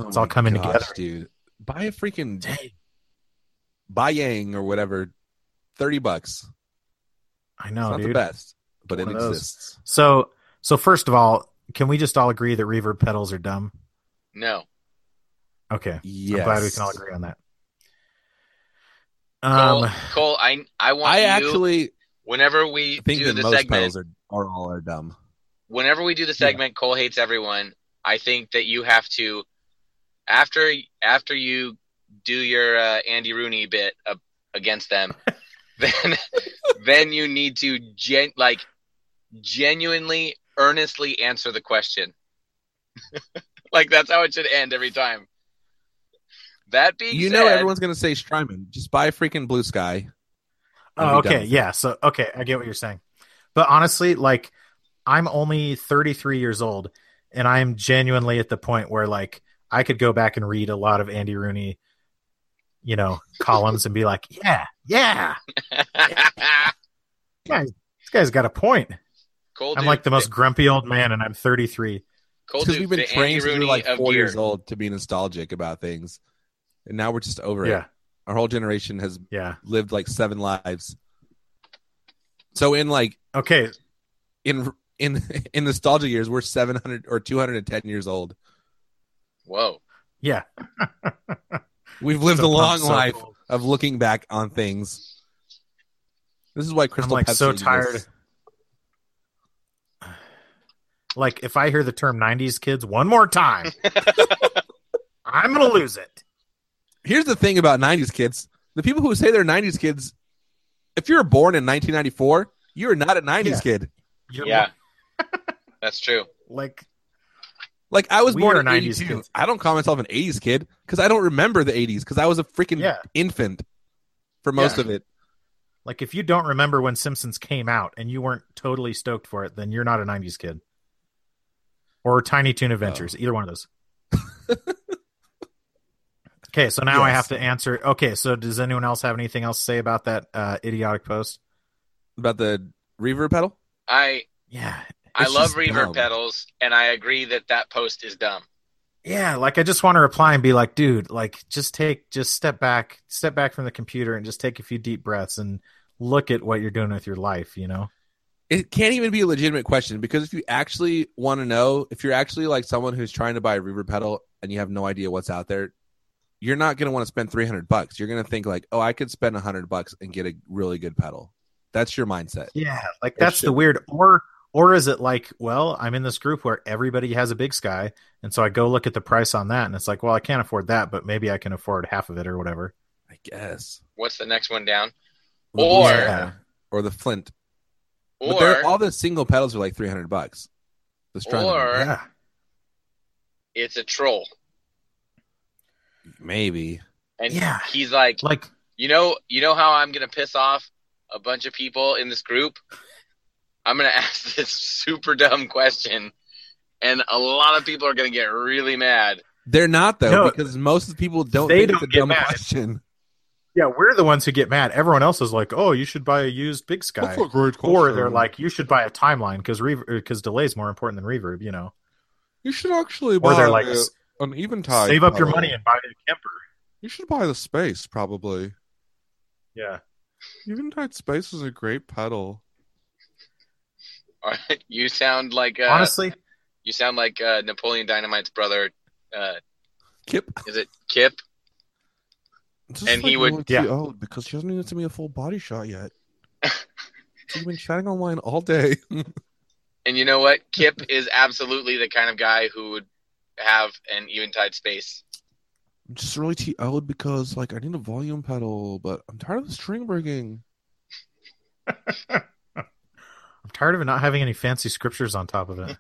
[SPEAKER 3] It's all
[SPEAKER 1] my
[SPEAKER 3] coming
[SPEAKER 1] gosh,
[SPEAKER 3] together.
[SPEAKER 1] dude. Buy a freaking
[SPEAKER 3] dang,
[SPEAKER 1] Bayang or whatever, thirty bucks.
[SPEAKER 3] I
[SPEAKER 1] It's
[SPEAKER 3] know,
[SPEAKER 1] not the
[SPEAKER 3] dude.
[SPEAKER 1] best, but
[SPEAKER 3] One
[SPEAKER 1] it
[SPEAKER 3] of those.
[SPEAKER 1] exists.
[SPEAKER 3] So so first of all, can we just all agree that reverb pedals are dumb?
[SPEAKER 2] No.
[SPEAKER 3] Okay.
[SPEAKER 1] Yes.
[SPEAKER 3] I'm glad we can all agree on that.
[SPEAKER 2] Cole,
[SPEAKER 3] Um,
[SPEAKER 2] Cole, I I want
[SPEAKER 1] I
[SPEAKER 2] you
[SPEAKER 1] actually
[SPEAKER 2] whenever we
[SPEAKER 1] think
[SPEAKER 2] do
[SPEAKER 1] that
[SPEAKER 2] the
[SPEAKER 1] most
[SPEAKER 2] segment
[SPEAKER 1] pedals are, are all are dumb.
[SPEAKER 2] whenever we do the
[SPEAKER 1] Yeah.
[SPEAKER 2] segment cole hates everyone i think that you have to after after you do your uh, andy rooney bit uh, against them then then you need to gen like genuinely earnestly answer the question like that's how it should end every time that being
[SPEAKER 1] You
[SPEAKER 2] said,
[SPEAKER 1] know everyone's gonna say Strymon. Just buy freaking Blue Sky. and
[SPEAKER 3] oh,
[SPEAKER 1] be done
[SPEAKER 3] okay.
[SPEAKER 1] with
[SPEAKER 3] Yeah. So, okay. I get what you're saying. But honestly, like, I'm only 33 years old, and I am genuinely at the point where, like, I could go back and read a lot of Andy Rooney, you know, columns and be like, yeah, yeah, this guy's got a point.
[SPEAKER 2] Cole
[SPEAKER 3] I'm
[SPEAKER 2] Duke-
[SPEAKER 3] like the most grumpy old man, and I'm 33.
[SPEAKER 2] Cole
[SPEAKER 1] because
[SPEAKER 2] Duke,
[SPEAKER 1] we've been
[SPEAKER 2] the
[SPEAKER 1] trained
[SPEAKER 2] Andy
[SPEAKER 1] since we were
[SPEAKER 2] Rooney
[SPEAKER 1] like
[SPEAKER 2] of
[SPEAKER 1] four
[SPEAKER 2] gear.
[SPEAKER 1] years old to be nostalgic about things, and now we're just over
[SPEAKER 3] Yeah.
[SPEAKER 1] it. Our whole generation has
[SPEAKER 3] Yeah.
[SPEAKER 1] lived like seven lives. So in like
[SPEAKER 3] Okay.
[SPEAKER 1] in in in nostalgia years, we're seven hundred or two hundred and ten years old.
[SPEAKER 2] Whoa.
[SPEAKER 3] Yeah.
[SPEAKER 1] We've lived
[SPEAKER 3] So
[SPEAKER 1] a long
[SPEAKER 3] pumped, so
[SPEAKER 1] life
[SPEAKER 3] cold.
[SPEAKER 1] of looking back on things. This is why Crystal
[SPEAKER 3] like,
[SPEAKER 1] Pepsi
[SPEAKER 3] so tired.
[SPEAKER 1] exists.
[SPEAKER 3] Like, if I hear the term 90s kids one more time, I'm going to lose it.
[SPEAKER 1] Here's the thing about '90s kids: the people who say they're '90s kids, if you're born in 1994, you are not a '90s
[SPEAKER 3] Yeah.
[SPEAKER 1] kid.
[SPEAKER 3] You're
[SPEAKER 2] Yeah. That's true.
[SPEAKER 3] Like,
[SPEAKER 1] Like I was
[SPEAKER 3] We
[SPEAKER 1] born
[SPEAKER 3] are
[SPEAKER 1] in
[SPEAKER 3] 90s
[SPEAKER 1] 82.
[SPEAKER 3] kids.
[SPEAKER 1] I don't call myself an 80s kid because I don't remember the 80s because I was a freaking
[SPEAKER 3] Yeah.
[SPEAKER 1] infant for most
[SPEAKER 2] Yeah.
[SPEAKER 1] of it.
[SPEAKER 3] like if you don't remember when Simpsons came out and you weren't totally stoked for it, then you're not a 90s kid. Or Tiny Toon Adventures, either one of those. okay, so now I
[SPEAKER 1] Yes.
[SPEAKER 3] have to answer. Okay, so does anyone else have anything else to say about that uh, idiotic post?
[SPEAKER 1] About the reverb pedal?
[SPEAKER 2] I
[SPEAKER 3] Yeah.
[SPEAKER 2] I
[SPEAKER 1] It's
[SPEAKER 2] love
[SPEAKER 1] just
[SPEAKER 2] reverb
[SPEAKER 1] dumb.
[SPEAKER 2] pedals, and I agree that that post is dumb.
[SPEAKER 3] Yeah, like I just want to reply and be like, dude, like just take just step back, step back from the computer and just take a few deep breaths and look at what you're doing with your life, you know?
[SPEAKER 1] It can't even be a legitimate question because if you actually want to know, if you're actually like someone who's trying to buy a reverb pedal and you have no idea what's out there, you're not going to want to spend 300 bucks. You're going to think like, "Oh, I could spend 100 bucks and get a really good pedal." That's your mindset.
[SPEAKER 3] Yeah, like that's
[SPEAKER 1] should
[SPEAKER 3] the
[SPEAKER 1] be.
[SPEAKER 3] weird or or is it like, well, I'm in this group where everybody has a big sky, and so I go look at the price on that and it's like, well, I can't afford that, but maybe I can afford half of it or whatever.
[SPEAKER 1] I guess.
[SPEAKER 2] What's the next one down?
[SPEAKER 1] the Blue
[SPEAKER 2] Or-
[SPEAKER 1] Sky or the Flint. but
[SPEAKER 2] Or
[SPEAKER 1] they're- all the single pedals are like 300 bucks. The Strymon.
[SPEAKER 2] Or-
[SPEAKER 3] Yeah.
[SPEAKER 2] it's a troll,
[SPEAKER 1] maybe.
[SPEAKER 2] and
[SPEAKER 3] Yeah.
[SPEAKER 2] he's like,
[SPEAKER 3] Like
[SPEAKER 2] you know, you know how I'm gonna piss off a bunch of people in this group. I'm gonna ask this super dumb question, and a lot of people are gonna get really mad.
[SPEAKER 1] They're not though,
[SPEAKER 3] No.
[SPEAKER 1] because most of the people don't
[SPEAKER 3] They
[SPEAKER 1] think
[SPEAKER 3] don't
[SPEAKER 1] it's a
[SPEAKER 3] get
[SPEAKER 1] dumb
[SPEAKER 3] mad.
[SPEAKER 1] question.
[SPEAKER 3] yeah, we're the ones who get mad. Everyone else is like, "Oh, you should buy a used big sky."
[SPEAKER 1] great
[SPEAKER 3] Or they're like, "You should buy a timeline because because delay is more important than reverb," you know.
[SPEAKER 1] you should actually
[SPEAKER 3] Or they're like, "S-
[SPEAKER 1] an Eventide.
[SPEAKER 3] "Save up your money and buy a Kemper."
[SPEAKER 1] you should buy the Space probably.
[SPEAKER 3] Yeah.
[SPEAKER 1] Eventide Space is a great pedal.
[SPEAKER 2] you sound like uh,
[SPEAKER 3] Honestly,
[SPEAKER 2] you sound like uh, Napoleon Dynamite's brother. Uh,
[SPEAKER 1] Kip,
[SPEAKER 2] is it Kip?
[SPEAKER 5] Just
[SPEAKER 2] And he
[SPEAKER 5] like
[SPEAKER 2] would-
[SPEAKER 5] Lily
[SPEAKER 3] yeah.
[SPEAKER 5] T. Old because she hasn't even sent me a full body shot yet. so you've been chatting online all day.
[SPEAKER 2] And you know what? Kip is absolutely the kind of guy who would have an eventide space.
[SPEAKER 5] I'm just really T. Old because like I need a volume pedal, but I'm tired of the string breaking.
[SPEAKER 3] I'm tired of it not having any fancy scriptures on top of it.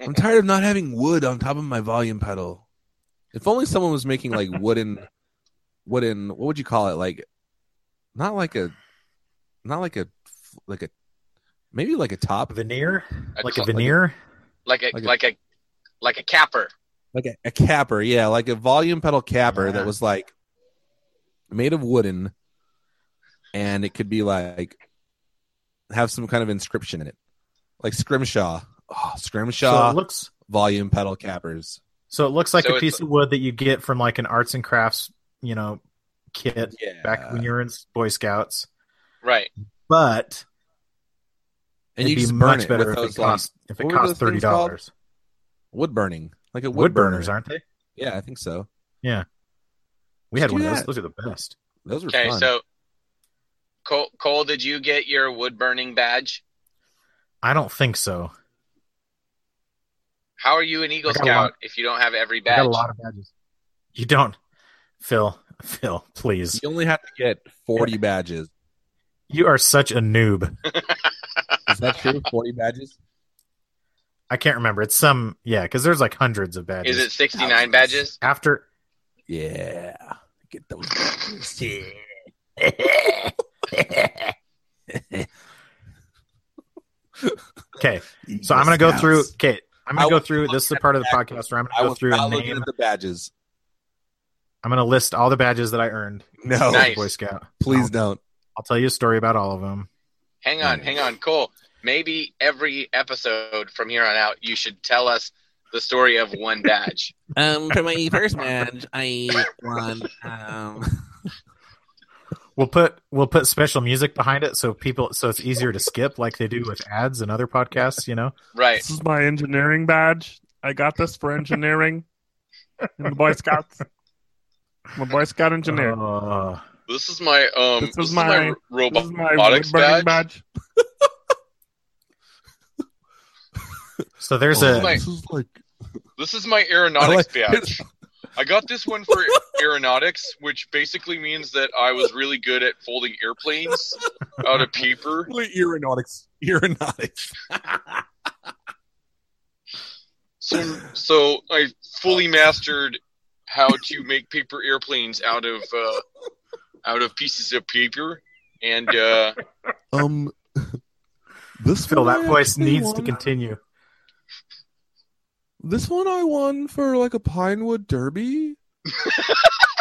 [SPEAKER 5] I'm tired of not having wood on top of my volume pedal.
[SPEAKER 1] If only someone was making like wooden, wooden. What would you call it? Like, not like a, not like a, like a, maybe like a top,
[SPEAKER 3] veneer,
[SPEAKER 2] A
[SPEAKER 3] like
[SPEAKER 2] cl-
[SPEAKER 3] a veneer.
[SPEAKER 2] like a
[SPEAKER 1] Like a-
[SPEAKER 2] like a like a capper.
[SPEAKER 1] like a, a capper. Yeah, like a volume pedal capper
[SPEAKER 3] Yeah.
[SPEAKER 1] that was like made of wooden, and it could be like have some kind of inscription in it, like scrimshaw. Oh,
[SPEAKER 3] so
[SPEAKER 1] scrimshaw
[SPEAKER 3] it looks
[SPEAKER 1] volume pedal cappers.
[SPEAKER 3] so it looks like
[SPEAKER 2] So
[SPEAKER 3] a
[SPEAKER 2] it's-
[SPEAKER 3] piece of wood that you get from like an arts and crafts, you know, kit
[SPEAKER 1] Yeah,
[SPEAKER 3] back when you were in Boy Scouts.
[SPEAKER 2] Right.
[SPEAKER 3] But
[SPEAKER 1] and
[SPEAKER 3] it'd
[SPEAKER 1] you
[SPEAKER 3] be
[SPEAKER 1] just burn
[SPEAKER 3] much
[SPEAKER 1] it
[SPEAKER 3] better
[SPEAKER 1] with
[SPEAKER 3] if it
[SPEAKER 1] those like,
[SPEAKER 3] cost if it
[SPEAKER 1] what were
[SPEAKER 3] cost
[SPEAKER 1] those
[SPEAKER 3] thirty
[SPEAKER 1] things called?
[SPEAKER 3] dollars.
[SPEAKER 1] wood burning, like a wood,
[SPEAKER 3] Wood
[SPEAKER 1] burner.
[SPEAKER 3] burners, aren't they?
[SPEAKER 1] Yeah, I think so.
[SPEAKER 3] We had
[SPEAKER 1] Do
[SPEAKER 3] one of those.
[SPEAKER 1] that.
[SPEAKER 3] Those are the best.
[SPEAKER 1] Those were
[SPEAKER 2] Okay,
[SPEAKER 1] fun.
[SPEAKER 2] so Cole, Cole, did you get your wood burning badge?
[SPEAKER 3] I don't think so.
[SPEAKER 2] How are you an Eagle
[SPEAKER 3] I got a lot-
[SPEAKER 2] Scout if you don't have every
[SPEAKER 3] I
[SPEAKER 2] badge?
[SPEAKER 3] got a lot of badges. You don't, Phil. Phil, please.
[SPEAKER 1] you only have to get 40 badges.
[SPEAKER 3] You are such a noob.
[SPEAKER 1] Is that true? 40 badges?
[SPEAKER 3] I can't remember. It's some yeah, because there's like hundreds of badges.
[SPEAKER 2] Is it 69 badges?
[SPEAKER 3] after?
[SPEAKER 1] Yeah. Get those badges.
[SPEAKER 3] Okay, so I'm gonna go through. Okay, I'm gonna
[SPEAKER 1] I
[SPEAKER 3] go
[SPEAKER 1] will
[SPEAKER 3] through.
[SPEAKER 1] not
[SPEAKER 3] This is the
[SPEAKER 1] look at
[SPEAKER 3] part of the
[SPEAKER 1] the
[SPEAKER 3] podcast where I'm
[SPEAKER 1] I
[SPEAKER 3] gonna go
[SPEAKER 1] was
[SPEAKER 3] through
[SPEAKER 1] not
[SPEAKER 3] and
[SPEAKER 1] looking
[SPEAKER 3] name.
[SPEAKER 1] at the badges.
[SPEAKER 3] I'm gonna list all the badges that I earned.
[SPEAKER 1] No,
[SPEAKER 3] as a
[SPEAKER 2] Nice.
[SPEAKER 3] Boy Scout.
[SPEAKER 1] please don't.
[SPEAKER 3] I'll tell you a story about all of them.
[SPEAKER 2] Hang on, hang on, Cole. Maybe every episode from here on out, you should tell us the story of one badge.
[SPEAKER 6] Um, for my first match, I won. Um,
[SPEAKER 3] We'll put we'll put special music behind it so people so it's easier to skip like they do with ads and other podcasts. You know.
[SPEAKER 2] right.
[SPEAKER 7] This is my engineering badge. I got this for engineering in the Boy Scouts. I'm a Boy Scout engineer.
[SPEAKER 3] Uh,
[SPEAKER 2] This is my um.
[SPEAKER 7] This is this is my my- this is my wood burning badge.
[SPEAKER 3] so there's
[SPEAKER 2] Oh,
[SPEAKER 3] a
[SPEAKER 2] my-
[SPEAKER 5] This is like
[SPEAKER 2] This is my aeronautics badge. I got this one for aeronautics, which basically means that I was really good at folding airplanes out of paper.
[SPEAKER 1] Aeronautics. Aeronautics.
[SPEAKER 2] So, so I fully mastered how to make paper airplanes out of uh, out of pieces of paper, and uh,
[SPEAKER 5] um. This
[SPEAKER 3] Phil.
[SPEAKER 5] one
[SPEAKER 3] That
[SPEAKER 5] I
[SPEAKER 3] voice
[SPEAKER 5] actually
[SPEAKER 3] needs to
[SPEAKER 5] won-
[SPEAKER 3] continue.
[SPEAKER 5] This one I won for like a Pinewood Derby,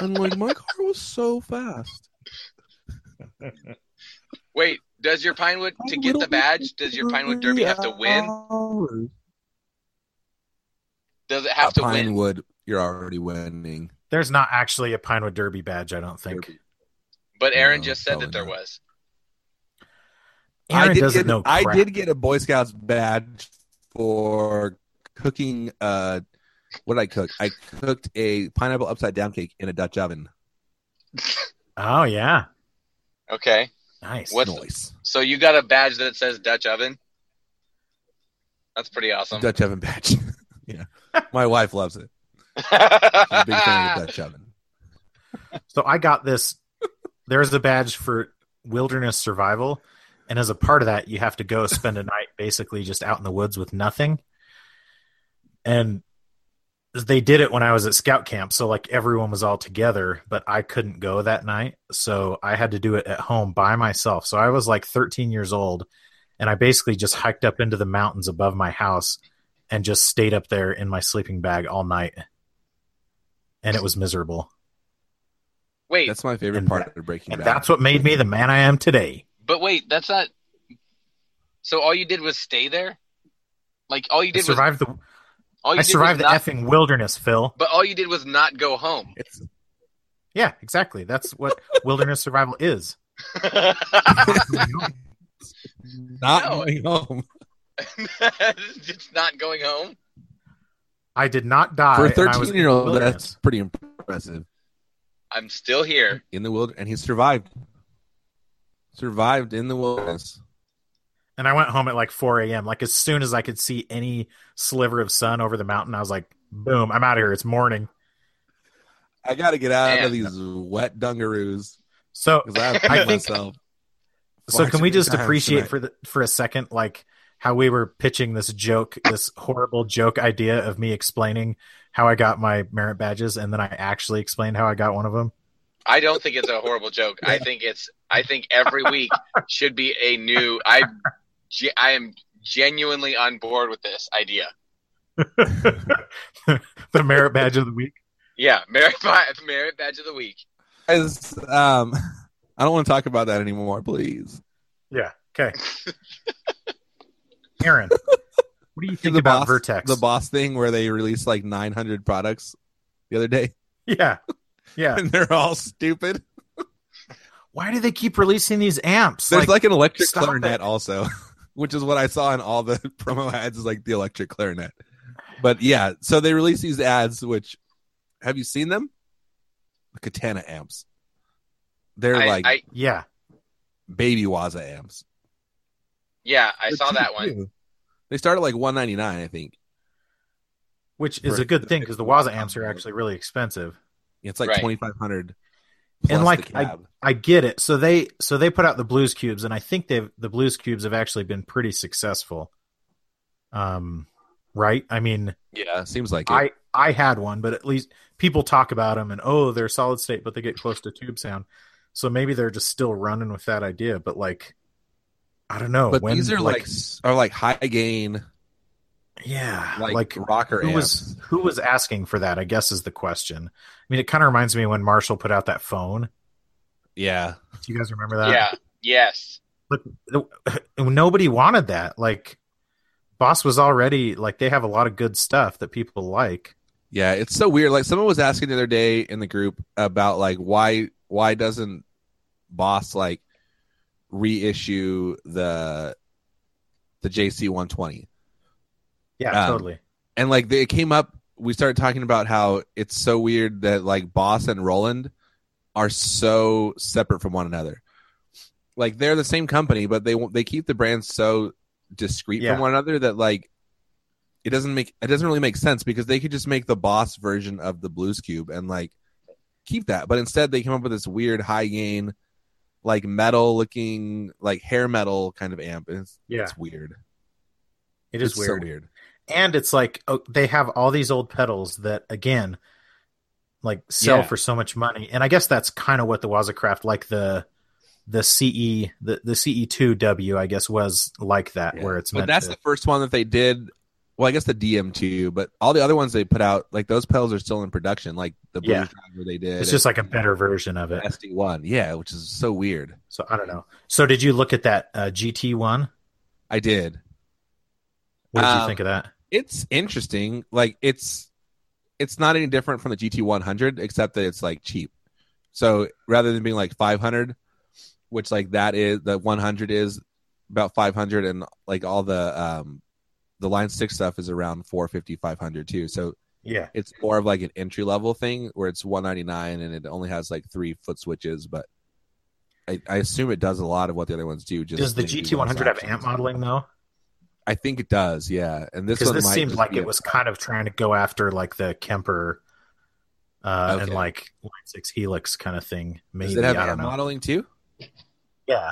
[SPEAKER 5] and like my car was so fast.
[SPEAKER 2] wait. Does your Pinewood to get the badge? Does your Pinewood Derby have to win?
[SPEAKER 5] win?
[SPEAKER 2] Does it have to win?
[SPEAKER 1] Pinewood, you're already winning.
[SPEAKER 3] There's not actually a Pinewood Derby badge. I don't think.
[SPEAKER 1] Derby.
[SPEAKER 2] But Aaron
[SPEAKER 1] No,
[SPEAKER 2] just said
[SPEAKER 1] probably
[SPEAKER 2] that there
[SPEAKER 1] not.
[SPEAKER 2] was.
[SPEAKER 3] Aaron
[SPEAKER 1] I did
[SPEAKER 3] doesn't
[SPEAKER 1] get,
[SPEAKER 3] know.
[SPEAKER 1] I
[SPEAKER 3] crap.
[SPEAKER 1] did get a Boy Scouts badge for cooking. Uh, what did I cook? I cooked a pineapple upside down cake in a Dutch oven.
[SPEAKER 3] Oh yeah,
[SPEAKER 2] Okay,
[SPEAKER 3] nice.
[SPEAKER 2] What-
[SPEAKER 1] Nice.
[SPEAKER 2] so you got a badge that says Dutch oven. That's pretty awesome.
[SPEAKER 1] Dutch oven badge. yeah, my wife loves it. She's a big fan of the Dutch oven.
[SPEAKER 3] So I got this. There's a badge for wilderness survival, and as a part of that, you have to go spend a night basically just out in the woods with nothing. And they did it when I was at scout camp, so like everyone was all together, but I couldn't go that night, so I had to do it at home by myself. So I was like 13 years old, and I basically just hiked up into the mountains above my house and just stayed up there in my sleeping bag all night. And it was miserable.
[SPEAKER 2] Wait,
[SPEAKER 1] That's my favorite
[SPEAKER 3] And
[SPEAKER 1] part
[SPEAKER 3] that-
[SPEAKER 1] of Breaking
[SPEAKER 3] And
[SPEAKER 1] Bad.
[SPEAKER 3] that's what made me the man I am today.
[SPEAKER 2] But wait, that's not. So all you did was stay there. Like all you
[SPEAKER 3] I
[SPEAKER 2] did was
[SPEAKER 3] survived the
[SPEAKER 2] all you
[SPEAKER 3] I
[SPEAKER 2] did
[SPEAKER 3] survived the
[SPEAKER 2] was not,
[SPEAKER 3] effing wilderness, Phil.
[SPEAKER 2] But all you did was not go home.
[SPEAKER 1] It's-
[SPEAKER 3] Yeah, exactly. That's what wilderness survival is.
[SPEAKER 1] not
[SPEAKER 2] No.
[SPEAKER 1] going home
[SPEAKER 2] it's not going home.
[SPEAKER 3] I did not die.
[SPEAKER 1] for a
[SPEAKER 3] and I was in
[SPEAKER 1] 13 year old.
[SPEAKER 3] the
[SPEAKER 1] That's
[SPEAKER 3] wilderness.
[SPEAKER 1] pretty impressive
[SPEAKER 2] I'm still here.
[SPEAKER 1] in the wilderness, and he survived. Survived in the wilderness.
[SPEAKER 3] And I went home at like 4 a.m. Like as soon as I could see any sliver of sun over the mountain, I was like, boom, I'm out of here. It's morning.
[SPEAKER 1] I got to get out
[SPEAKER 2] Man.
[SPEAKER 1] of these wet dungaroos
[SPEAKER 3] So
[SPEAKER 1] because I have
[SPEAKER 2] I
[SPEAKER 1] peed
[SPEAKER 3] think-
[SPEAKER 1] myself.
[SPEAKER 3] so
[SPEAKER 1] far
[SPEAKER 3] can
[SPEAKER 1] too
[SPEAKER 3] we
[SPEAKER 1] many
[SPEAKER 3] just
[SPEAKER 1] times
[SPEAKER 3] appreciate
[SPEAKER 1] tonight.
[SPEAKER 3] for the, for a second like how we were pitching this joke this horrible joke idea of me explaining how i got my merit badges and then i actually explained how i got one of them
[SPEAKER 2] I don't think it's a horrible joke. I think it's. I think every week should be a new. I, ge- I am genuinely on board with this idea.
[SPEAKER 3] the merit badge of the week
[SPEAKER 2] Yeah, merit ba- merit badge of the week.
[SPEAKER 1] Guys, um, I don't want to talk about that anymore, please.
[SPEAKER 3] yeah okay aaron what do you think
[SPEAKER 1] the
[SPEAKER 3] about
[SPEAKER 1] boss,
[SPEAKER 3] vertex
[SPEAKER 1] the boss thing where they released like 900 products the other day,
[SPEAKER 3] yeah yeah
[SPEAKER 1] and they're all stupid.
[SPEAKER 3] why do they keep releasing these amps
[SPEAKER 1] There's like, an electric
[SPEAKER 3] stop
[SPEAKER 1] clarinet also, which is what I saw in all the promo ads is like the electric clarinet. But yeah, so they release these ads, which have you seen them? Katana amps. They're
[SPEAKER 2] I,
[SPEAKER 1] like
[SPEAKER 2] I,
[SPEAKER 3] Yeah.
[SPEAKER 1] baby Waza amps.
[SPEAKER 2] yeah, I
[SPEAKER 1] They're
[SPEAKER 2] saw
[SPEAKER 1] cheap,
[SPEAKER 2] that one.
[SPEAKER 1] too. They start at like 199 I think.
[SPEAKER 3] Which is a
[SPEAKER 1] Right.
[SPEAKER 3] good thing because the Waza amps are actually really expensive.
[SPEAKER 1] It's like
[SPEAKER 2] Right.
[SPEAKER 1] 2500
[SPEAKER 3] And,
[SPEAKER 1] plus
[SPEAKER 3] like,
[SPEAKER 1] the cab.
[SPEAKER 3] I get it. So they so they put out the blues cubes, and I think they've the blues cubes have actually been pretty successful. Um, right? I mean,
[SPEAKER 1] yeah, seems like it.
[SPEAKER 3] I I had one, but at least people talk about them, and oh, they're solid state, but they get close to tube sound. So maybe they're just still running with that idea. But like, I don't know.
[SPEAKER 1] but these are like, s are like high gain
[SPEAKER 3] yeah,
[SPEAKER 1] like,
[SPEAKER 3] like
[SPEAKER 1] rocker
[SPEAKER 3] who
[SPEAKER 1] amps.
[SPEAKER 3] was who was asking for that? I guess is the question. I mean, it kind of reminds me when Marshall put out that phone.
[SPEAKER 1] yeah.
[SPEAKER 3] Do you guys remember that?
[SPEAKER 2] Yeah. Yes.
[SPEAKER 3] nobody wanted that. Like, Boss was already like they have a lot of good stuff that people like.
[SPEAKER 1] Yeah, it's so weird. Like someone was asking the other day in the group about like why why doesn't Boss like reissue the the JC 120?
[SPEAKER 3] Yeah,
[SPEAKER 1] Um,
[SPEAKER 3] totally.
[SPEAKER 1] And like they, it came up we started talking about how it's so weird that like Boss and Roland are so separate from one another. Like they're the same company but they they keep the brands so discreet
[SPEAKER 3] Yeah.
[SPEAKER 1] from one another that like it doesn't make it doesn't really make sense because they could just make the boss version of the blues cube and like keep that but instead they came up with this weird high gain like metal looking like hair metal kind of amp and it's,
[SPEAKER 3] Yeah,
[SPEAKER 1] it's weird
[SPEAKER 3] it is
[SPEAKER 1] It's
[SPEAKER 3] weird.
[SPEAKER 1] so weird
[SPEAKER 3] And it's like oh, they have all these old pedals that again, like sell
[SPEAKER 1] Yeah.
[SPEAKER 3] for so much money. And I guess that's kind of what the Wazacraft, like the the CE, the the CE two W, I guess was like that,
[SPEAKER 1] Yeah.
[SPEAKER 3] where it's
[SPEAKER 1] but
[SPEAKER 3] meant
[SPEAKER 1] that's
[SPEAKER 3] to-
[SPEAKER 1] the first one that they did well i guess the dm2 but all the other ones they put out like those pedals are still in production like the blues
[SPEAKER 3] Yeah.
[SPEAKER 1] driver they did
[SPEAKER 3] it's just like a better version of it.
[SPEAKER 1] sd1 yeah which is so weird
[SPEAKER 3] So I don't know. So did you look at that uh, GT one?
[SPEAKER 1] i did
[SPEAKER 3] What did you
[SPEAKER 1] Um,
[SPEAKER 3] think of that?
[SPEAKER 1] it's interesting like it's it's not any different from the gt100 except that it's like cheap so rather than being like 500 which like that is the 100 is about 500 and like all the um the line 6 stuff is around 450 500 too so
[SPEAKER 3] Yeah,
[SPEAKER 1] it's more of like an entry level thing where it's 199 and it only has like three foot switches but I, I assume it does a lot of what the other ones do. Just
[SPEAKER 3] does the
[SPEAKER 1] they do
[SPEAKER 3] GT one hundred
[SPEAKER 1] less
[SPEAKER 3] have amp
[SPEAKER 1] options.
[SPEAKER 3] modeling though?
[SPEAKER 1] I think it does, yeah. And this
[SPEAKER 3] because
[SPEAKER 1] one
[SPEAKER 3] this
[SPEAKER 1] might
[SPEAKER 3] seemed
[SPEAKER 1] just
[SPEAKER 3] like
[SPEAKER 1] be
[SPEAKER 3] it
[SPEAKER 1] a-
[SPEAKER 3] was kind of trying to go after like the Kemper uh, and
[SPEAKER 1] Okay.
[SPEAKER 3] like Line Six Helix kind of thing. Maybe
[SPEAKER 1] Does it have
[SPEAKER 3] I don't
[SPEAKER 1] amp
[SPEAKER 3] know.
[SPEAKER 1] modeling too?
[SPEAKER 3] Yeah,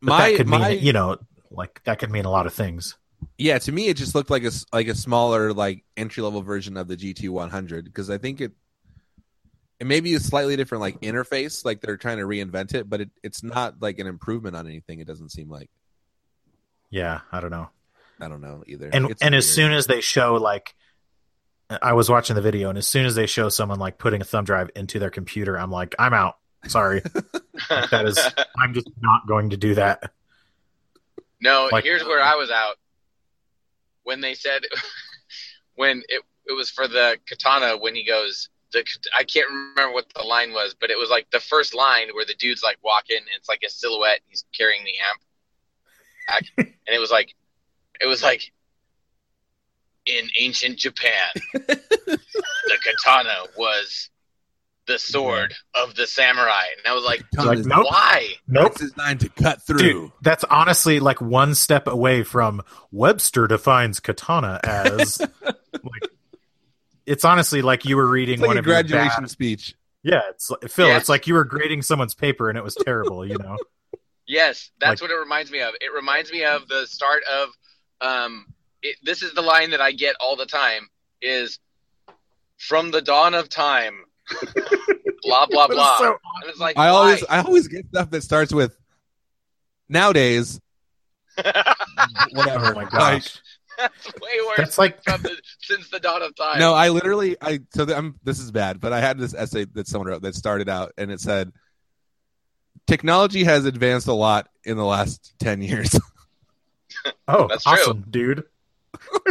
[SPEAKER 3] but
[SPEAKER 1] My
[SPEAKER 3] that could mean
[SPEAKER 1] my
[SPEAKER 3] you know like that could mean a lot of things.
[SPEAKER 1] yeah. To me, it just looked like a s- like a smaller like entry level version of the GT 100 because I think it it may be a slightly different like interface. Like they're trying to reinvent it, but it, it's not like an improvement on anything. It doesn't seem like
[SPEAKER 3] Yeah, I don't know.
[SPEAKER 1] I don't know either.
[SPEAKER 3] And
[SPEAKER 1] It's
[SPEAKER 3] and as
[SPEAKER 1] weird.
[SPEAKER 3] soon as they show like. I was watching the video, and as soon as they show someone like putting a thumb drive into their computer, I'm like, I'm out. Sorry, that is- I'm just not going to do that.
[SPEAKER 2] No,
[SPEAKER 3] Like-
[SPEAKER 2] here's where I was out. When they said, when it it was for the katana, when he goes, the kat- I can't remember what the line was, but it was like the first line where the dude's like walking, and it's like a silhouette, and he's carrying the amp, back, and it was like, it was like, in ancient Japan, the katana was the sword of the samurai, and I was like,
[SPEAKER 1] Tongue
[SPEAKER 3] Like,
[SPEAKER 1] is-
[SPEAKER 3] nope,
[SPEAKER 2] why?
[SPEAKER 3] nope.
[SPEAKER 1] It's designed to cut through.
[SPEAKER 3] Dude, that's honestly like one step away from Webster defines katana as like it's honestly like you were reading
[SPEAKER 1] it's like
[SPEAKER 3] one
[SPEAKER 1] a
[SPEAKER 3] of your bad-
[SPEAKER 1] graduation speech.
[SPEAKER 3] yeah, it's like, Phil.
[SPEAKER 2] Yeah.
[SPEAKER 3] It's like you were grading someone's paper and it was terrible. You know,
[SPEAKER 2] Yes, that's
[SPEAKER 3] Like-
[SPEAKER 2] what it reminds me of. It reminds me of the start of. Um, it, this is the line that I get all the time: is from the dawn of time, blah blah
[SPEAKER 3] But it's
[SPEAKER 2] blah.
[SPEAKER 3] so-
[SPEAKER 2] and it's like
[SPEAKER 1] I
[SPEAKER 2] why?
[SPEAKER 1] always I always get stuff that starts with nowadays whatever.
[SPEAKER 3] oh my
[SPEAKER 1] Like,
[SPEAKER 3] gosh,
[SPEAKER 2] that's way worse.
[SPEAKER 3] that's like
[SPEAKER 2] from the, since the dawn of time.
[SPEAKER 1] no, I literally I so th- I'm this is bad, but I had this essay that someone wrote that started out and it said technology has advanced a lot in the last 10 years.
[SPEAKER 3] oh,
[SPEAKER 2] That's true.
[SPEAKER 3] awesome, dude.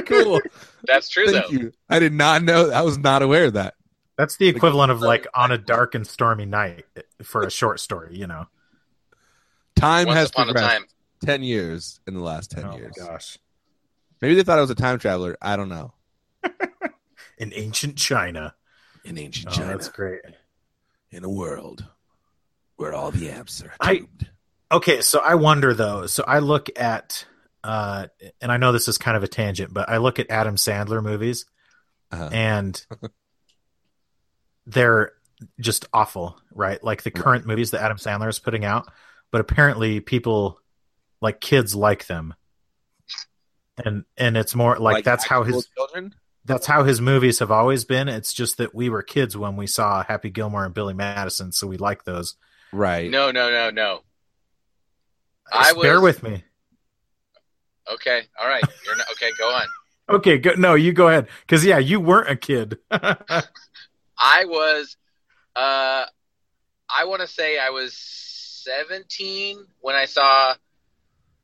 [SPEAKER 1] cool.
[SPEAKER 2] that's true
[SPEAKER 1] Thank
[SPEAKER 2] though.
[SPEAKER 1] you. I did not know I was not aware of that.
[SPEAKER 3] That's the equivalent of
[SPEAKER 2] so-
[SPEAKER 3] like on a dark and stormy night for a short story. You know,
[SPEAKER 1] Time
[SPEAKER 2] Once
[SPEAKER 1] has
[SPEAKER 2] upon a
[SPEAKER 1] progressed
[SPEAKER 2] time,
[SPEAKER 1] 10 years in the last 10
[SPEAKER 3] oh
[SPEAKER 1] years.
[SPEAKER 3] my gosh,
[SPEAKER 1] Maybe they thought I was a time traveler, I don't know.
[SPEAKER 3] in ancient China,
[SPEAKER 1] in ancient
[SPEAKER 3] Oh,
[SPEAKER 1] China
[SPEAKER 3] that's great.
[SPEAKER 1] in a world where all the apps are
[SPEAKER 3] I-
[SPEAKER 1] tubed.
[SPEAKER 3] Okay, so I wonder though. So I look at, uh, and I know this is kind of a tangent, but I look at Adam Sandler movies,
[SPEAKER 1] Uh-huh.
[SPEAKER 3] and they're just awful, right? Like the current movies that Adam Sandler is putting out, but apparently people, like kids, like them, and and it's more like, that's how
[SPEAKER 1] actual
[SPEAKER 3] his
[SPEAKER 1] children.
[SPEAKER 3] that's how his movies have always been. It's just that we were kids when we saw Happy Gilmore and Billy Madison, so we like those.
[SPEAKER 1] Right.
[SPEAKER 2] No, no, no, no. I
[SPEAKER 3] bear
[SPEAKER 2] was-
[SPEAKER 3] with me.
[SPEAKER 2] Okay, all right. You're not, okay, go on.
[SPEAKER 3] Okay, go, no, you go ahead. Because yeah, you weren't a kid.
[SPEAKER 2] I was, uh, I want to say I was 17 when I saw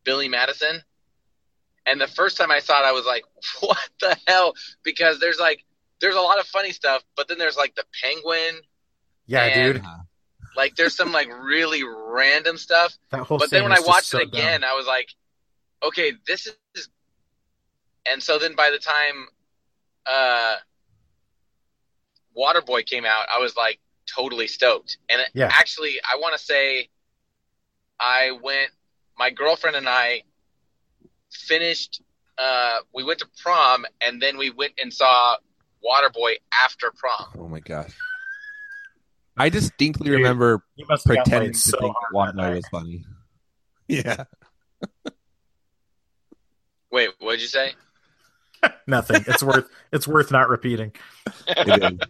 [SPEAKER 2] Billy Madison. And the first time I saw it, I was like, what the hell? Because there's like, there's a lot of funny stuff, but then there's like the penguin.
[SPEAKER 3] yeah,
[SPEAKER 2] And-
[SPEAKER 3] dude,
[SPEAKER 2] Like, there's some like really random stuff.
[SPEAKER 3] that whole.
[SPEAKER 2] but
[SPEAKER 3] thing
[SPEAKER 2] then when I
[SPEAKER 3] is just
[SPEAKER 2] watched
[SPEAKER 3] so
[SPEAKER 2] it again,
[SPEAKER 3] dumb.
[SPEAKER 2] I was like, okay, this is. And so then by the time uh, Waterboy came out, I was like totally stoked. And it-
[SPEAKER 3] Yeah.
[SPEAKER 2] actually, I want to say I went, my girlfriend and I finished, uh, we went to prom and then we went and saw Waterboy after prom.
[SPEAKER 1] Oh my gosh. I distinctly
[SPEAKER 3] Dude,
[SPEAKER 1] remember
[SPEAKER 3] you must have gotten
[SPEAKER 1] pretending
[SPEAKER 3] laid
[SPEAKER 1] to
[SPEAKER 3] so
[SPEAKER 1] think Waterboy
[SPEAKER 3] hard that night.
[SPEAKER 1] was funny. Yeah.
[SPEAKER 2] Wait, what'd you say?
[SPEAKER 3] Nothing. It's worth. It's worth not repeating.
[SPEAKER 1] It is.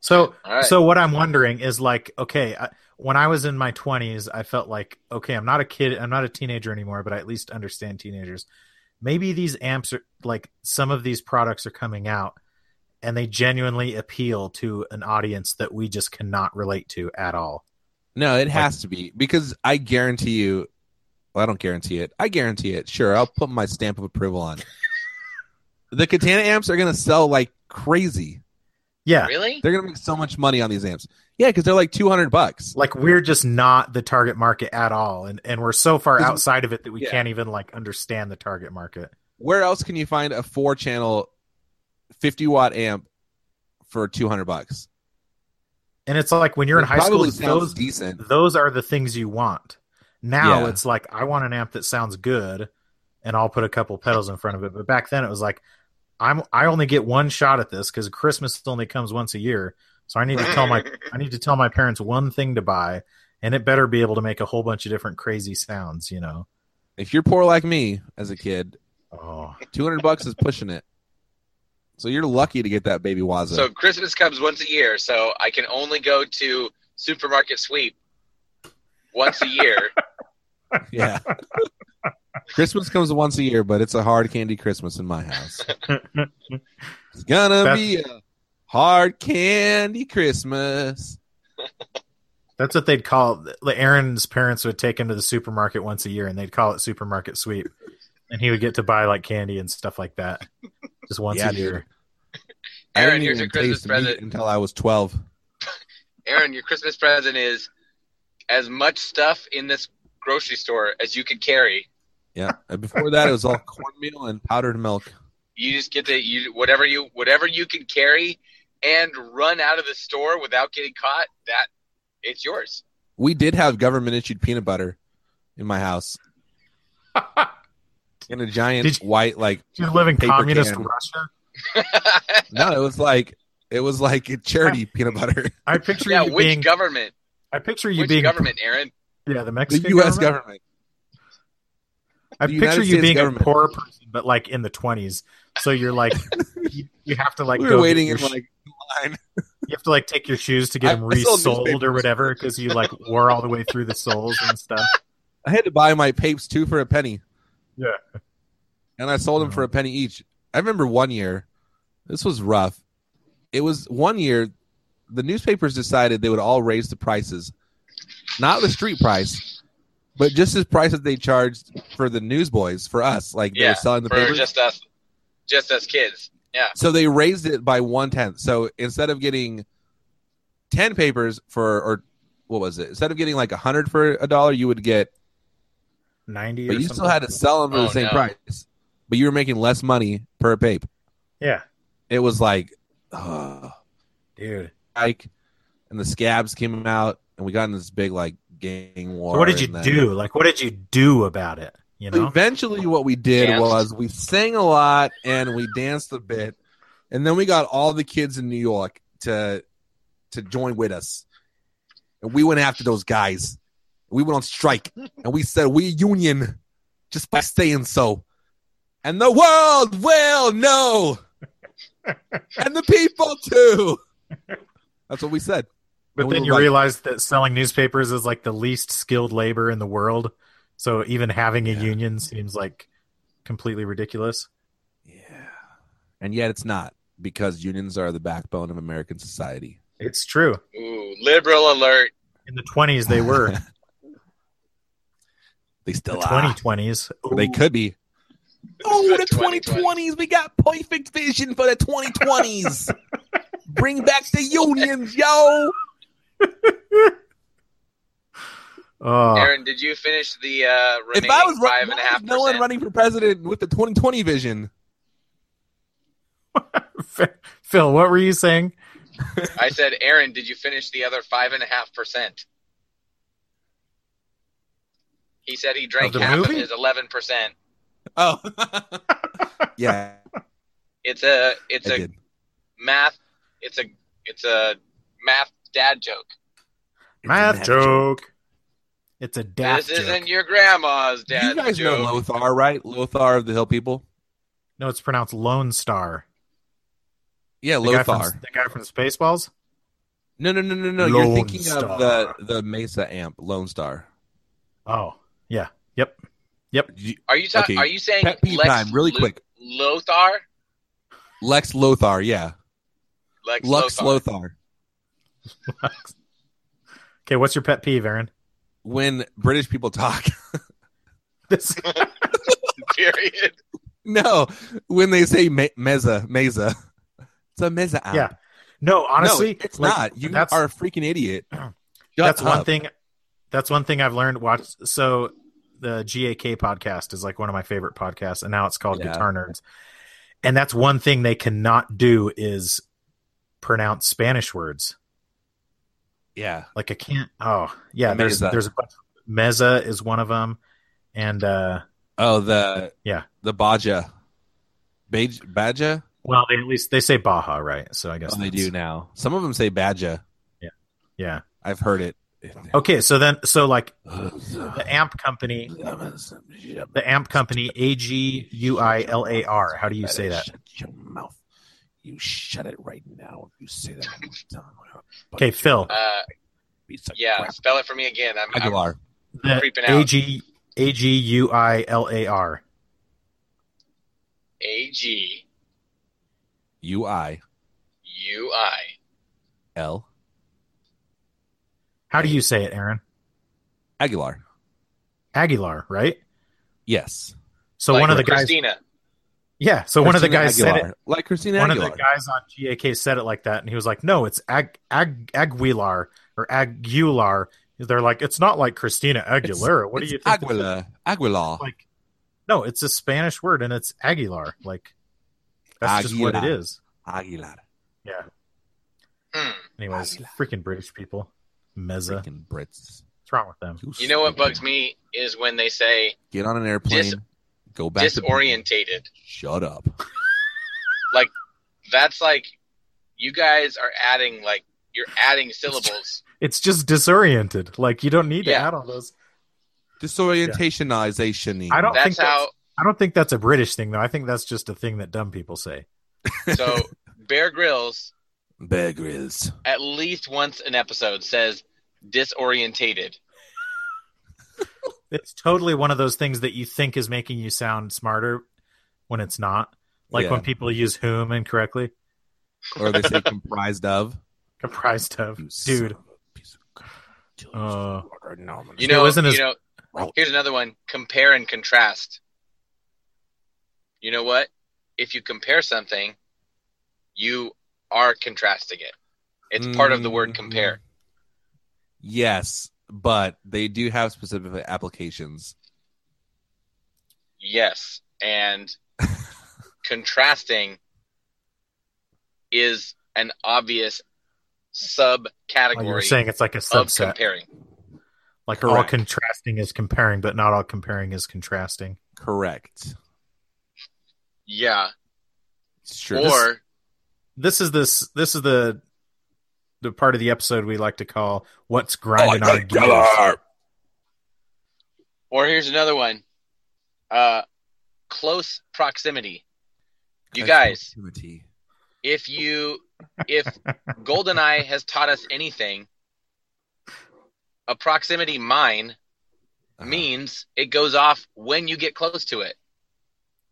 [SPEAKER 3] So,
[SPEAKER 2] All right.
[SPEAKER 3] so what I'm wondering is like, okay, I, when I was in my 20s, I felt like, okay, I'm not a kid, I'm not a teenager anymore, but I at least understand teenagers. Maybe these amps are like some of these products are coming out and they genuinely appeal to an audience that we just cannot relate to at all.
[SPEAKER 1] No, it has to be because I guarantee you. Well, I don't guarantee it. I guarantee it. Sure, I'll put my stamp of approval on it. The Katana amps are going to sell like crazy.
[SPEAKER 3] Yeah.
[SPEAKER 2] Really?
[SPEAKER 1] They're going to make so much money on these amps. Yeah, because they're like two hundred bucks.
[SPEAKER 3] Like we're just not the target market at all. And and we're so far
[SPEAKER 1] 'Cause-
[SPEAKER 3] outside of it that we
[SPEAKER 1] yeah.
[SPEAKER 3] can't even like understand the target market.
[SPEAKER 1] Where else can you find a four-channel, fifty-watt amp for two hundred bucks?
[SPEAKER 3] And it's like when you're in
[SPEAKER 1] It
[SPEAKER 3] high school,
[SPEAKER 1] probably
[SPEAKER 3] those
[SPEAKER 1] sounds decent.
[SPEAKER 3] those are the things you want. Now
[SPEAKER 1] Yeah.
[SPEAKER 3] it's like I want an amp that sounds good, and I'll put a couple pedals in front of it. But back then it was like I'm I only get one shot at this because Christmas only comes once a year, so I need to tell my I need to tell my parents one thing to buy, and it better be able to make a whole bunch of different crazy sounds. You know?
[SPEAKER 1] If you're poor like me as a kid,
[SPEAKER 3] Oh,
[SPEAKER 1] two hundred bucks is pushing it. So you're lucky to get that baby Waza.
[SPEAKER 2] So Christmas comes once a year, so I can only go to supermarket sweep once a year.
[SPEAKER 1] Yeah. Christmas comes once a year, but it's a hard candy Christmas in my house. It's gonna
[SPEAKER 3] That's-
[SPEAKER 1] be a hard candy Christmas.
[SPEAKER 3] that's what they'd call. Like Aaron's parents would take him to the supermarket once a year, and they'd call it supermarket sweep, and he would get to buy like candy and stuff like that, just once
[SPEAKER 1] Yeah,
[SPEAKER 3] a
[SPEAKER 1] dude.
[SPEAKER 3] year.
[SPEAKER 2] Aaron,
[SPEAKER 1] I didn't
[SPEAKER 2] here's
[SPEAKER 1] even
[SPEAKER 2] your Christmas
[SPEAKER 1] taste meat
[SPEAKER 2] present.
[SPEAKER 1] until I was twelve.
[SPEAKER 2] Aaron, your Christmas present is as much stuff in this grocery store as you could carry.
[SPEAKER 1] Yeah. And before that, it was all cornmeal and powdered milk.
[SPEAKER 2] You just get to you whatever you whatever you can carry and run out of the store without getting caught. That it's yours.
[SPEAKER 1] We did have government issued peanut butter in my house in a giant
[SPEAKER 3] Did you-
[SPEAKER 1] white like.
[SPEAKER 3] You live in
[SPEAKER 1] paper
[SPEAKER 3] communist
[SPEAKER 1] can.
[SPEAKER 3] Russia.
[SPEAKER 1] No, it was like it was like a charity peanut butter.
[SPEAKER 3] I picture
[SPEAKER 2] yeah,
[SPEAKER 3] you
[SPEAKER 2] which
[SPEAKER 3] being.
[SPEAKER 2] government?
[SPEAKER 3] I picture you
[SPEAKER 2] Which
[SPEAKER 3] being.
[SPEAKER 2] government, Aaron?
[SPEAKER 3] Yeah, the
[SPEAKER 1] The
[SPEAKER 3] Mexican.
[SPEAKER 1] U.S.
[SPEAKER 3] government?
[SPEAKER 1] government.
[SPEAKER 3] I
[SPEAKER 1] the
[SPEAKER 3] picture
[SPEAKER 1] United
[SPEAKER 3] you
[SPEAKER 1] States
[SPEAKER 3] being
[SPEAKER 1] government.
[SPEAKER 3] a poor person, but like in the twenties. So you're like, you, you have to like
[SPEAKER 1] we were
[SPEAKER 3] go get
[SPEAKER 1] waiting
[SPEAKER 3] your
[SPEAKER 1] in
[SPEAKER 3] sh-
[SPEAKER 1] like line.
[SPEAKER 3] you have to like take your shoes to get
[SPEAKER 1] I-
[SPEAKER 3] them
[SPEAKER 1] I sold
[SPEAKER 3] resoled or
[SPEAKER 1] newspapers.
[SPEAKER 3] whatever because you like wore all the way through the soles and stuff.
[SPEAKER 1] I had to buy my papes two for a penny.
[SPEAKER 3] Yeah.
[SPEAKER 1] And I sold them for a penny each. I remember one year, this was rough. It was one year the newspapers decided they would all raise the prices, not the street price, but just the price that they charged for the newsboys for us. Like they
[SPEAKER 2] Yeah,
[SPEAKER 1] were selling the
[SPEAKER 2] For
[SPEAKER 1] papers.
[SPEAKER 2] just us, just us kids.
[SPEAKER 1] So they raised it by one tenth. So instead of getting ten papers for or what was it? Instead of getting like a hundred for a dollar, you would get
[SPEAKER 3] Ninety.
[SPEAKER 1] but
[SPEAKER 3] or
[SPEAKER 1] you
[SPEAKER 3] something.
[SPEAKER 1] still had to sell them for
[SPEAKER 2] Oh,
[SPEAKER 1] the same
[SPEAKER 2] no.
[SPEAKER 1] price. But you were making less money per paper.
[SPEAKER 3] Yeah.
[SPEAKER 1] It was like, uh,
[SPEAKER 3] dude.
[SPEAKER 1] Ike and the scabs came out and we got in this big like gang war.
[SPEAKER 3] So what did you
[SPEAKER 1] and then-
[SPEAKER 3] do? Like, what did you do about it? You know,
[SPEAKER 1] Eventually, what we did
[SPEAKER 2] Danced.
[SPEAKER 1] was we sang a lot and we danced a bit, and then we got all the kids in New York to to join with us, and we went after those guys. We went on strike and we said we union just by saying so, and the world will know, and the people too. That's what we said.
[SPEAKER 3] but
[SPEAKER 1] we
[SPEAKER 3] then
[SPEAKER 1] were
[SPEAKER 3] you
[SPEAKER 1] right.
[SPEAKER 3] realize that selling newspapers is like the least skilled labor in the world. So even having a union seems like completely ridiculous.
[SPEAKER 1] Yeah, and yet it's not because unions are the backbone of American society.
[SPEAKER 3] It's true.
[SPEAKER 2] Ooh, liberal alert.
[SPEAKER 3] In the twenties, they were
[SPEAKER 1] They still
[SPEAKER 3] twenty
[SPEAKER 1] are.
[SPEAKER 3] twenties.
[SPEAKER 1] They could be.
[SPEAKER 2] Oh, the 2020s.
[SPEAKER 1] We got perfect vision for the 2020s. Bring back the unions, yo.
[SPEAKER 3] Oh,
[SPEAKER 2] Aaron, did you finish the uh,
[SPEAKER 1] Uh, If
[SPEAKER 2] remaining
[SPEAKER 1] I was
[SPEAKER 2] five
[SPEAKER 1] running,
[SPEAKER 2] and a
[SPEAKER 1] why
[SPEAKER 2] half
[SPEAKER 1] is no one
[SPEAKER 2] percent?
[SPEAKER 1] running for president with the 2020 vision.
[SPEAKER 3] Phil, what were you saying?
[SPEAKER 2] I said, Aaron, did you finish the other five and a half percent? He said he drank
[SPEAKER 3] Of the
[SPEAKER 2] half
[SPEAKER 3] movie?
[SPEAKER 2] of his eleven percent.
[SPEAKER 1] Oh, yeah,
[SPEAKER 2] It's a it's
[SPEAKER 1] I
[SPEAKER 2] a
[SPEAKER 1] did.
[SPEAKER 2] math it's a it's a math dad joke.
[SPEAKER 3] Math joke. It's a daft
[SPEAKER 2] this
[SPEAKER 3] joke.
[SPEAKER 2] isn't your grandma's
[SPEAKER 1] You
[SPEAKER 2] dad
[SPEAKER 1] guys know
[SPEAKER 2] joke.
[SPEAKER 1] Lothar, right? Lothar of the Hill people.
[SPEAKER 3] No, it's pronounced Lone Star.
[SPEAKER 1] Yeah,
[SPEAKER 3] The guy from-
[SPEAKER 1] Lothar.
[SPEAKER 3] the guy from Spaceballs.
[SPEAKER 1] No, no, no, no, no. You're
[SPEAKER 3] Lone
[SPEAKER 1] thinking
[SPEAKER 3] Star.
[SPEAKER 1] of the the Mesa amp, Lone Star.
[SPEAKER 3] Oh, yeah. Yep.
[SPEAKER 1] You-
[SPEAKER 2] Are you talking?
[SPEAKER 1] Okay.
[SPEAKER 2] Are you saying
[SPEAKER 1] Pet peeve
[SPEAKER 2] Lex
[SPEAKER 1] time, really
[SPEAKER 2] Lu-
[SPEAKER 1] quick.
[SPEAKER 2] Lothar?
[SPEAKER 1] Lex Lothar, yeah,
[SPEAKER 2] Lex,
[SPEAKER 1] Lux
[SPEAKER 2] Lothar.
[SPEAKER 1] Lothar.
[SPEAKER 3] okay, what's your pet peeve, Aaron?
[SPEAKER 1] When British people talk.
[SPEAKER 3] This
[SPEAKER 2] Period.
[SPEAKER 1] No, when they say me- meza, meza, it's a meza app.
[SPEAKER 3] Yeah. No, honestly,
[SPEAKER 1] no, it's
[SPEAKER 3] like,
[SPEAKER 1] not. You
[SPEAKER 3] that's,
[SPEAKER 1] are a freaking idiot. Shut
[SPEAKER 3] that's one
[SPEAKER 1] up.
[SPEAKER 3] thing. That's one thing I've learned. Watch so the GAK podcast is like one of my favorite podcasts, and now it's called
[SPEAKER 1] Yeah.
[SPEAKER 3] Guitar Nerds. And that's one thing they cannot do is pronounce Spanish words.
[SPEAKER 1] Yeah,
[SPEAKER 3] Like I can't. Oh yeah, there's
[SPEAKER 1] Meza.
[SPEAKER 3] there's a bunch. Meza is one of them, and uh,
[SPEAKER 1] Oh, the
[SPEAKER 3] Yeah.
[SPEAKER 1] the baja, Baj- baja.
[SPEAKER 3] well, they at least they say Baja, right? So I guess
[SPEAKER 1] Oh, they
[SPEAKER 3] that's-
[SPEAKER 1] do now. Some of them say baja.
[SPEAKER 3] Yeah.
[SPEAKER 1] I've heard it.
[SPEAKER 3] Okay, so then so like
[SPEAKER 1] Okay.
[SPEAKER 3] the amp company the amp company a g E u i l a r how do you say that
[SPEAKER 5] Shut your mouth. You shut it right now. If you say that one more time, I'll punch
[SPEAKER 3] okay
[SPEAKER 5] you
[SPEAKER 3] phil
[SPEAKER 2] Uh,
[SPEAKER 5] piece of
[SPEAKER 2] yeah,
[SPEAKER 5] crap.
[SPEAKER 2] spell it for me again. I'm, I'm
[SPEAKER 1] Aguilar.
[SPEAKER 3] the
[SPEAKER 2] creeping
[SPEAKER 3] a
[SPEAKER 2] out.
[SPEAKER 3] g a g u i l a r
[SPEAKER 2] A G
[SPEAKER 1] U I
[SPEAKER 2] U I.
[SPEAKER 1] L
[SPEAKER 3] how do you say it aaron
[SPEAKER 1] Aguilar.
[SPEAKER 3] aguilar right
[SPEAKER 1] Yes.
[SPEAKER 3] so
[SPEAKER 2] Like
[SPEAKER 3] one of the guys
[SPEAKER 2] Christina.
[SPEAKER 3] yeah so one of the
[SPEAKER 1] Christina
[SPEAKER 3] guys
[SPEAKER 1] Aguilar.
[SPEAKER 3] said it
[SPEAKER 1] like Christina
[SPEAKER 3] one of
[SPEAKER 1] Aguilar.
[SPEAKER 3] the guys on gak said it like that and he was like no it's ag, ag aguilar or aguilar they're like it's not like christina aguilera what do
[SPEAKER 1] It's
[SPEAKER 3] you think this is?"
[SPEAKER 1] Aguilar. Aguilar.
[SPEAKER 3] like no it's a spanish word and it's aguilar like that's just what it
[SPEAKER 1] Aguilar.
[SPEAKER 3] is
[SPEAKER 1] Aguilar.
[SPEAKER 3] yeah
[SPEAKER 2] Hmm.
[SPEAKER 3] Anyways,
[SPEAKER 1] Aguila.
[SPEAKER 3] freaking British people. Meza.
[SPEAKER 1] Freaking Brits.
[SPEAKER 3] What's wrong with them?
[SPEAKER 2] You know what bugs me is when they say
[SPEAKER 1] Get on an airplane.
[SPEAKER 2] Dis-
[SPEAKER 1] go back. to-
[SPEAKER 2] disorientated.
[SPEAKER 1] Shut up.
[SPEAKER 2] That's like you guys are adding like you're adding syllables.
[SPEAKER 3] It's just disoriented. Like you don't need to
[SPEAKER 2] Yeah.
[SPEAKER 3] add all those.
[SPEAKER 1] Disorientationization.
[SPEAKER 3] I don't think
[SPEAKER 2] That's
[SPEAKER 3] that's-
[SPEAKER 2] how.
[SPEAKER 3] I don't think that's a British thing though. I think that's just a thing that dumb people say.
[SPEAKER 2] So Bear Grylls
[SPEAKER 1] Bear Grylls.
[SPEAKER 2] at least once an episode says disorientated.
[SPEAKER 3] It's totally one of those things that you think is making you sound smarter when it's not. Like
[SPEAKER 1] Yeah.
[SPEAKER 3] when people use whom incorrectly,
[SPEAKER 1] Or they say comprised of.
[SPEAKER 3] comprised of.
[SPEAKER 1] You son
[SPEAKER 3] Dude,
[SPEAKER 1] of a piece of crap.
[SPEAKER 4] Kill
[SPEAKER 3] uh,
[SPEAKER 4] yourself, Lord, no, I'm gonna-
[SPEAKER 2] You
[SPEAKER 3] Still
[SPEAKER 2] know,
[SPEAKER 3] isn't
[SPEAKER 2] you
[SPEAKER 3] as-
[SPEAKER 2] know.
[SPEAKER 4] Wow.
[SPEAKER 2] Here's another one: compare and contrast. You know what? If you compare something, you are contrasting it. It's part of the word
[SPEAKER 1] Mm.
[SPEAKER 2] compare.
[SPEAKER 1] Yes, but they do have specific applications.
[SPEAKER 2] Yes, and contrasting is an obvious
[SPEAKER 3] Oh,
[SPEAKER 2] subcategory
[SPEAKER 3] you're saying it's like a
[SPEAKER 2] of
[SPEAKER 3] subset.
[SPEAKER 2] comparing.
[SPEAKER 3] Like all
[SPEAKER 2] Correct.
[SPEAKER 3] contrasting is comparing, but not all comparing is contrasting.
[SPEAKER 1] Correct.
[SPEAKER 2] Yeah.
[SPEAKER 1] It's true.
[SPEAKER 2] Or
[SPEAKER 3] This is this this is the the part of the episode we like to call "What's
[SPEAKER 2] Oh,
[SPEAKER 3] grinding our gears."
[SPEAKER 2] or here's another one. Uh close proximity. You guys, if you if goldeneye has taught us anything a proximity mine
[SPEAKER 1] Uh-huh.
[SPEAKER 2] means it goes off when you get close to it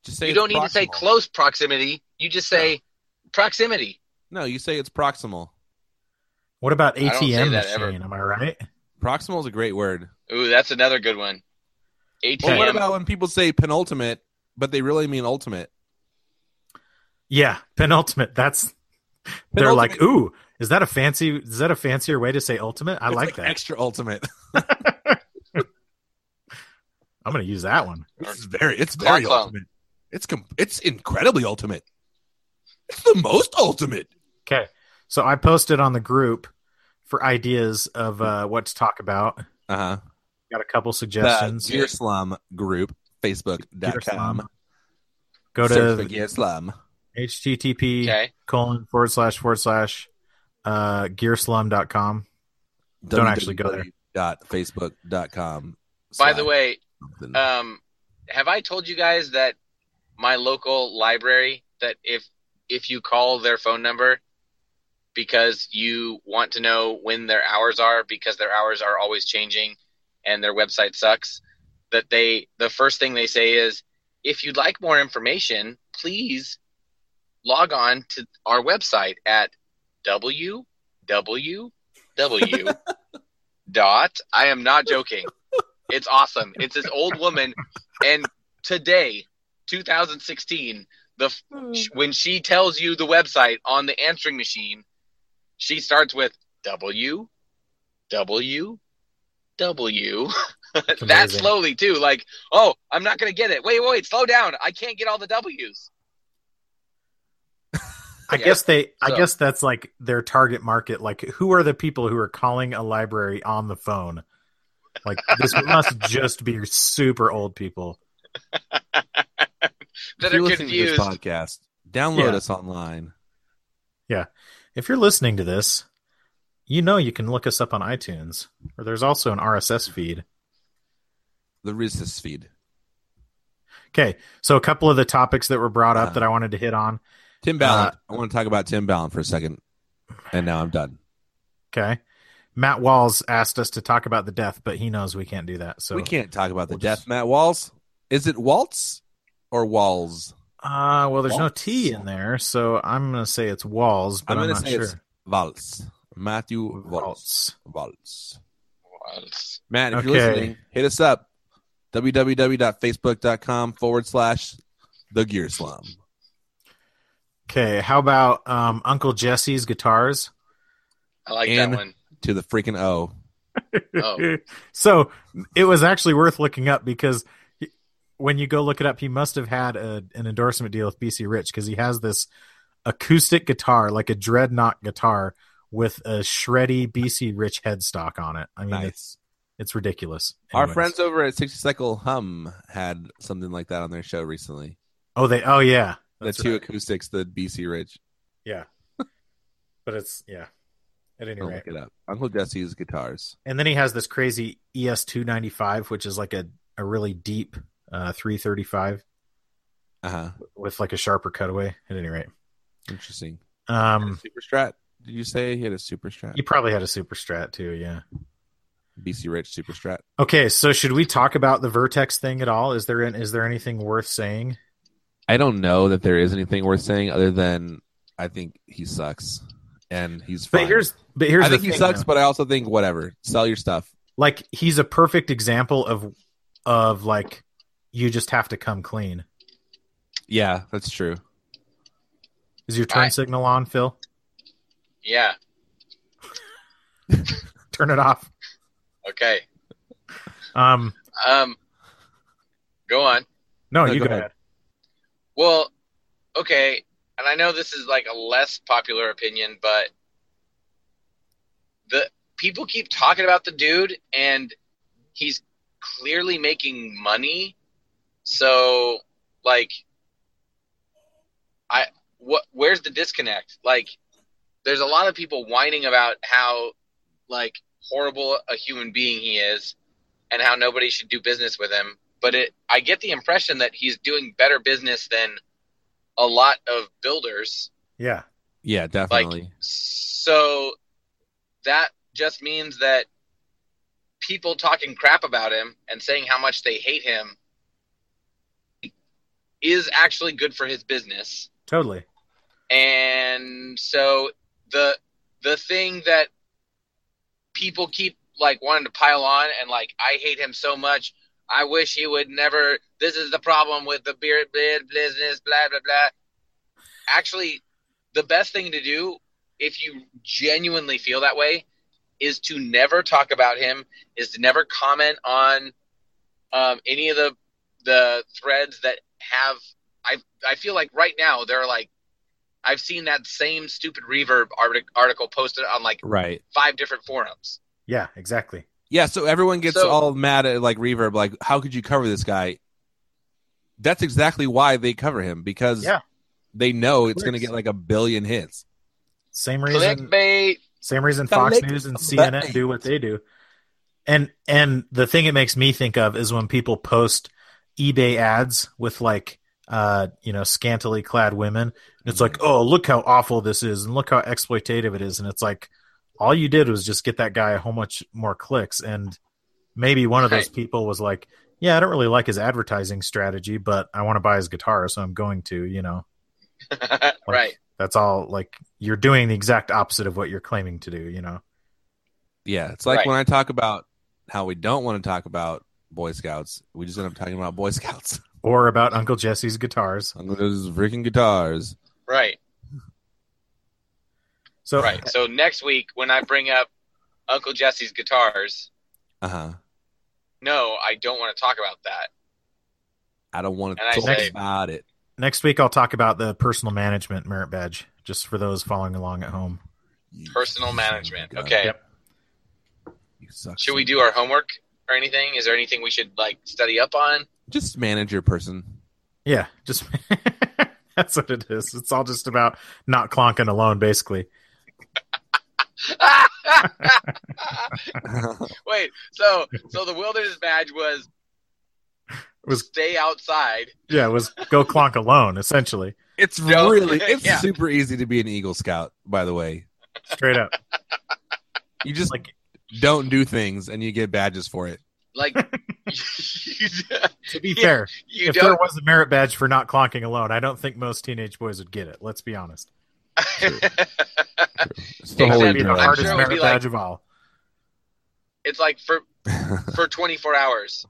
[SPEAKER 1] Just say
[SPEAKER 2] you
[SPEAKER 1] it's
[SPEAKER 2] don't need to say
[SPEAKER 1] proximal.
[SPEAKER 2] close proximity you just say proximity
[SPEAKER 1] No, you say it's proximal.
[SPEAKER 3] What about
[SPEAKER 2] don't say
[SPEAKER 3] ATM
[SPEAKER 2] that ever.
[SPEAKER 3] machine? Am I right?
[SPEAKER 1] Proximal is a great word.
[SPEAKER 2] ooh that's another good one atm
[SPEAKER 1] Well, what about when people say penultimate, but they really mean ultimate?
[SPEAKER 3] Yeah, penultimate. That's they're like, ooh, is that a fancy? Is that a fancier way to say ultimate? I
[SPEAKER 1] It's
[SPEAKER 3] like, that.
[SPEAKER 1] Extra ultimate.
[SPEAKER 3] I'm gonna use that one.
[SPEAKER 1] This is very. It's very
[SPEAKER 2] Clown.
[SPEAKER 1] ultimate. It's com- it's incredibly ultimate. It's the most ultimate.
[SPEAKER 3] Okay, so I posted on the group for ideas of uh, what to talk about.
[SPEAKER 1] Uh huh.
[SPEAKER 3] Got a couple
[SPEAKER 1] The
[SPEAKER 3] suggestions.
[SPEAKER 1] Gear Slum Group Facebook.com.
[SPEAKER 3] Go
[SPEAKER 1] Search for
[SPEAKER 3] to
[SPEAKER 1] Gear Slum.
[SPEAKER 3] http
[SPEAKER 1] E?
[SPEAKER 2] okay
[SPEAKER 3] colon forward slash forward slash uh, gearslum.com. Don't actually go there.
[SPEAKER 1] www.facebook.com.
[SPEAKER 2] by
[SPEAKER 1] slash
[SPEAKER 2] the way
[SPEAKER 1] something.
[SPEAKER 2] um have i told you guys that my local library that if if you call their phone number because you want to know when their hours are because their hours are always changing and their website sucks that they the first thing they say is if you'd like more information please log on to our website at www dot i am not joking it's awesome it's this old woman and today 2016 the f- sh- when she tells you the website on the answering machine she starts with w w w that
[SPEAKER 3] amazing.
[SPEAKER 2] slowly too like oh i'm not gonna get it wait wait wait slow down i can't get all the w's
[SPEAKER 3] I
[SPEAKER 2] Yeah.
[SPEAKER 3] guess they.
[SPEAKER 2] So-
[SPEAKER 3] I guess that's like their target market. Like, who are the people who are calling a library on the phone? Like, this must just be super old people.
[SPEAKER 1] If
[SPEAKER 2] that
[SPEAKER 1] you're
[SPEAKER 2] are
[SPEAKER 1] listening to this
[SPEAKER 2] confused
[SPEAKER 1] podcast, download
[SPEAKER 3] Yeah.
[SPEAKER 1] us online.
[SPEAKER 3] If you're listening to this, you know you can look us up on iTunes, or there's also an RSS feed.
[SPEAKER 1] The resist feed.
[SPEAKER 3] Okay, so a couple of the topics that were brought up
[SPEAKER 1] Uh-huh.
[SPEAKER 3] that I wanted to hit on. Uh,
[SPEAKER 1] Tim Ballant. I want to talk about Tim Ballant for a second, and now I'm done.
[SPEAKER 3] Okay, Matt Walls asked us to talk about the death, but he knows we can't do that. So
[SPEAKER 1] we can't talk about the
[SPEAKER 3] we'll
[SPEAKER 1] death.
[SPEAKER 3] just-
[SPEAKER 1] Matt Walls. Is it Waltz or Walls?
[SPEAKER 3] Uh, well, there's no
[SPEAKER 1] Walls.
[SPEAKER 3] T in there, so I'm gonna say it's walls, but
[SPEAKER 1] I'm
[SPEAKER 3] I'm,
[SPEAKER 1] gonna
[SPEAKER 3] not
[SPEAKER 1] say
[SPEAKER 3] sure.
[SPEAKER 1] it's Waltz. Matthew Waltz.
[SPEAKER 3] Walls.
[SPEAKER 1] Waltz.
[SPEAKER 2] was-
[SPEAKER 1] Matt, if you're
[SPEAKER 3] Okay.
[SPEAKER 1] listening, hit us up. www.facebook.com forward slash the gear slum.
[SPEAKER 3] Okay, how about um, Uncle Jesse's guitars?
[SPEAKER 2] i like
[SPEAKER 1] And-
[SPEAKER 2] that one
[SPEAKER 1] To the freaking O.
[SPEAKER 2] Oh.
[SPEAKER 3] So it was actually worth looking up because he, when you go look it up, he must have had a, an endorsement deal with BC Rich because he has this acoustic guitar, like a dreadnought guitar, with a shreddy BC Rich headstock on it. I mean,
[SPEAKER 1] Nice.
[SPEAKER 3] it's it's ridiculous.
[SPEAKER 1] Our
[SPEAKER 3] Anyways.
[SPEAKER 1] friends over at 60 Cycle Hum had something like that on their show recently.
[SPEAKER 3] Oh, they. Oh, yeah.
[SPEAKER 1] The
[SPEAKER 3] That's
[SPEAKER 1] two
[SPEAKER 3] right.
[SPEAKER 1] acoustics, the BC Ridge.
[SPEAKER 3] But it's yeah. At any
[SPEAKER 1] Go
[SPEAKER 3] rate.
[SPEAKER 1] Look it up. Uncle Jesse's guitars.
[SPEAKER 3] And then he has this crazy E ES295, which is like a, a really deep uh, 335
[SPEAKER 1] Uh huh.
[SPEAKER 3] with like a sharper cutaway at any rate.
[SPEAKER 1] Interesting.
[SPEAKER 3] Um,
[SPEAKER 1] super strat. Did you say he had a super strat?
[SPEAKER 3] he probably had a super strat too. Yeah.
[SPEAKER 1] BC Rich super strat.
[SPEAKER 3] Okay. So should we talk about the vertex thing at all? Is there, an, is there anything worth saying?
[SPEAKER 1] I don't know that there is anything worth saying other than I think he sucks and he's fine.
[SPEAKER 3] But here's, but here's,
[SPEAKER 1] I
[SPEAKER 3] the
[SPEAKER 1] think he
[SPEAKER 3] thing,
[SPEAKER 1] sucks,
[SPEAKER 3] though.
[SPEAKER 1] but I also think whatever. Sell your stuff.
[SPEAKER 3] like he's a perfect example of, of like, you just have to come clean.
[SPEAKER 1] Yeah, that's true.
[SPEAKER 3] Is your turn
[SPEAKER 2] I-
[SPEAKER 3] signal on, Phil?
[SPEAKER 2] yeah
[SPEAKER 3] Turn it off.
[SPEAKER 2] okay
[SPEAKER 3] Um,
[SPEAKER 2] um go on
[SPEAKER 3] no,
[SPEAKER 1] No,
[SPEAKER 3] you
[SPEAKER 1] go
[SPEAKER 3] go,
[SPEAKER 1] ahead.
[SPEAKER 3] ahead.
[SPEAKER 2] Well, okay, and I know this is like a less popular opinion, but the people keep talking about the dude, and he's clearly making money. So, like, I what? Where's the disconnect? Like, there's a lot of people whining about how like horrible a human being he is, and how nobody should do business with him. But it, I get the impression that he's doing better business than a lot of builders.
[SPEAKER 3] Yeah.
[SPEAKER 1] Yeah, definitely.
[SPEAKER 2] So that just means that people talking crap about him and saying how much they hate him is actually good for his business.
[SPEAKER 3] Totally.
[SPEAKER 2] And so the the thing that people keep like wanting to pile on and like I hate him so much. I wish he would never. This is the problem with the beer blah, business. Blah blah blah. Actually, the best thing to do if you genuinely feel that way is to never talk about him. Is to never comment on um, any of the the threads that have. I I feel like right now there are like. I've seen that same stupid reverb artic- article posted on like
[SPEAKER 1] Right.
[SPEAKER 2] five different forums.
[SPEAKER 3] Yeah, exactly.
[SPEAKER 1] Yeah, so everyone gets
[SPEAKER 2] So-
[SPEAKER 1] all mad at like Reverb, like, how could you cover this guy? That's exactly why they cover him because
[SPEAKER 3] Yeah.
[SPEAKER 1] they know it's
[SPEAKER 3] course.
[SPEAKER 1] going to get like a billion hits.
[SPEAKER 3] Same reason
[SPEAKER 2] Clickbait.
[SPEAKER 3] Same reason
[SPEAKER 1] The
[SPEAKER 3] Fox
[SPEAKER 1] link-
[SPEAKER 3] News and CNN do what they do. And and the thing it makes me think of is when people post eBay ads with like uh you know scantily clad women. And it's like, "Oh, look how awful this is and look how exploitative it is." And it's like all you did was just get that guy a whole much more clicks and maybe one of those people was like, "Yeah, I don't really like his advertising strategy, but I want to buy his guitar, so I'm going to, you know." Like,
[SPEAKER 2] right.
[SPEAKER 3] That's all like you're doing the exact opposite of what you're claiming to do, you know.
[SPEAKER 1] Yeah, it's like
[SPEAKER 2] Right.
[SPEAKER 1] when I talk about how we don't want to talk about Boy Scouts, we just end up talking about Boy Scouts.
[SPEAKER 3] or about Uncle Jesse's guitars.
[SPEAKER 1] I'm going to those freaking guitars.
[SPEAKER 2] Right.
[SPEAKER 3] So
[SPEAKER 2] Right. So next week when I bring up Uncle Jesse's guitars,
[SPEAKER 1] Uh huh.
[SPEAKER 2] no, I don't want to talk about that.
[SPEAKER 1] I don't want to
[SPEAKER 2] And I
[SPEAKER 1] talk
[SPEAKER 2] say-
[SPEAKER 1] about it.
[SPEAKER 3] next week I'll talk about the personal management merit badge, just for those following along at home.
[SPEAKER 2] Personal management.
[SPEAKER 1] God.
[SPEAKER 2] Okay.
[SPEAKER 3] Yep.
[SPEAKER 1] You suck
[SPEAKER 2] Should
[SPEAKER 1] so
[SPEAKER 2] we do
[SPEAKER 1] much.
[SPEAKER 2] our homework or anything? Is there anything we should like study up on?
[SPEAKER 1] Just manage your person.
[SPEAKER 3] Yeah, just that's what it is. It's all just about not clonking alone, basically.
[SPEAKER 2] Wait. So so the wilderness badge was
[SPEAKER 3] was-
[SPEAKER 2] stay outside.
[SPEAKER 3] Yeah, it was go clonk alone, essentially,
[SPEAKER 1] It's
[SPEAKER 2] Yeah.
[SPEAKER 1] really, it's
[SPEAKER 2] Yeah.
[SPEAKER 1] super easy to be an Eagle Scout, by the way.
[SPEAKER 3] straight up.
[SPEAKER 1] You just
[SPEAKER 3] Like
[SPEAKER 1] don't do things and you get badges for it.
[SPEAKER 2] Like
[SPEAKER 3] to be
[SPEAKER 2] Yeah,
[SPEAKER 3] fair,
[SPEAKER 2] you
[SPEAKER 3] if there
[SPEAKER 2] don't
[SPEAKER 3] was a merit badge for not clonking alone, I don't think most teenage boys would get it. Let's be honest.
[SPEAKER 1] It's
[SPEAKER 2] the
[SPEAKER 3] That
[SPEAKER 2] Holy
[SPEAKER 3] would be the
[SPEAKER 2] Grail. I'm
[SPEAKER 3] hardest
[SPEAKER 2] sure it would
[SPEAKER 3] merit
[SPEAKER 2] be like-
[SPEAKER 3] badge of all.
[SPEAKER 2] it's like for for 24 hours.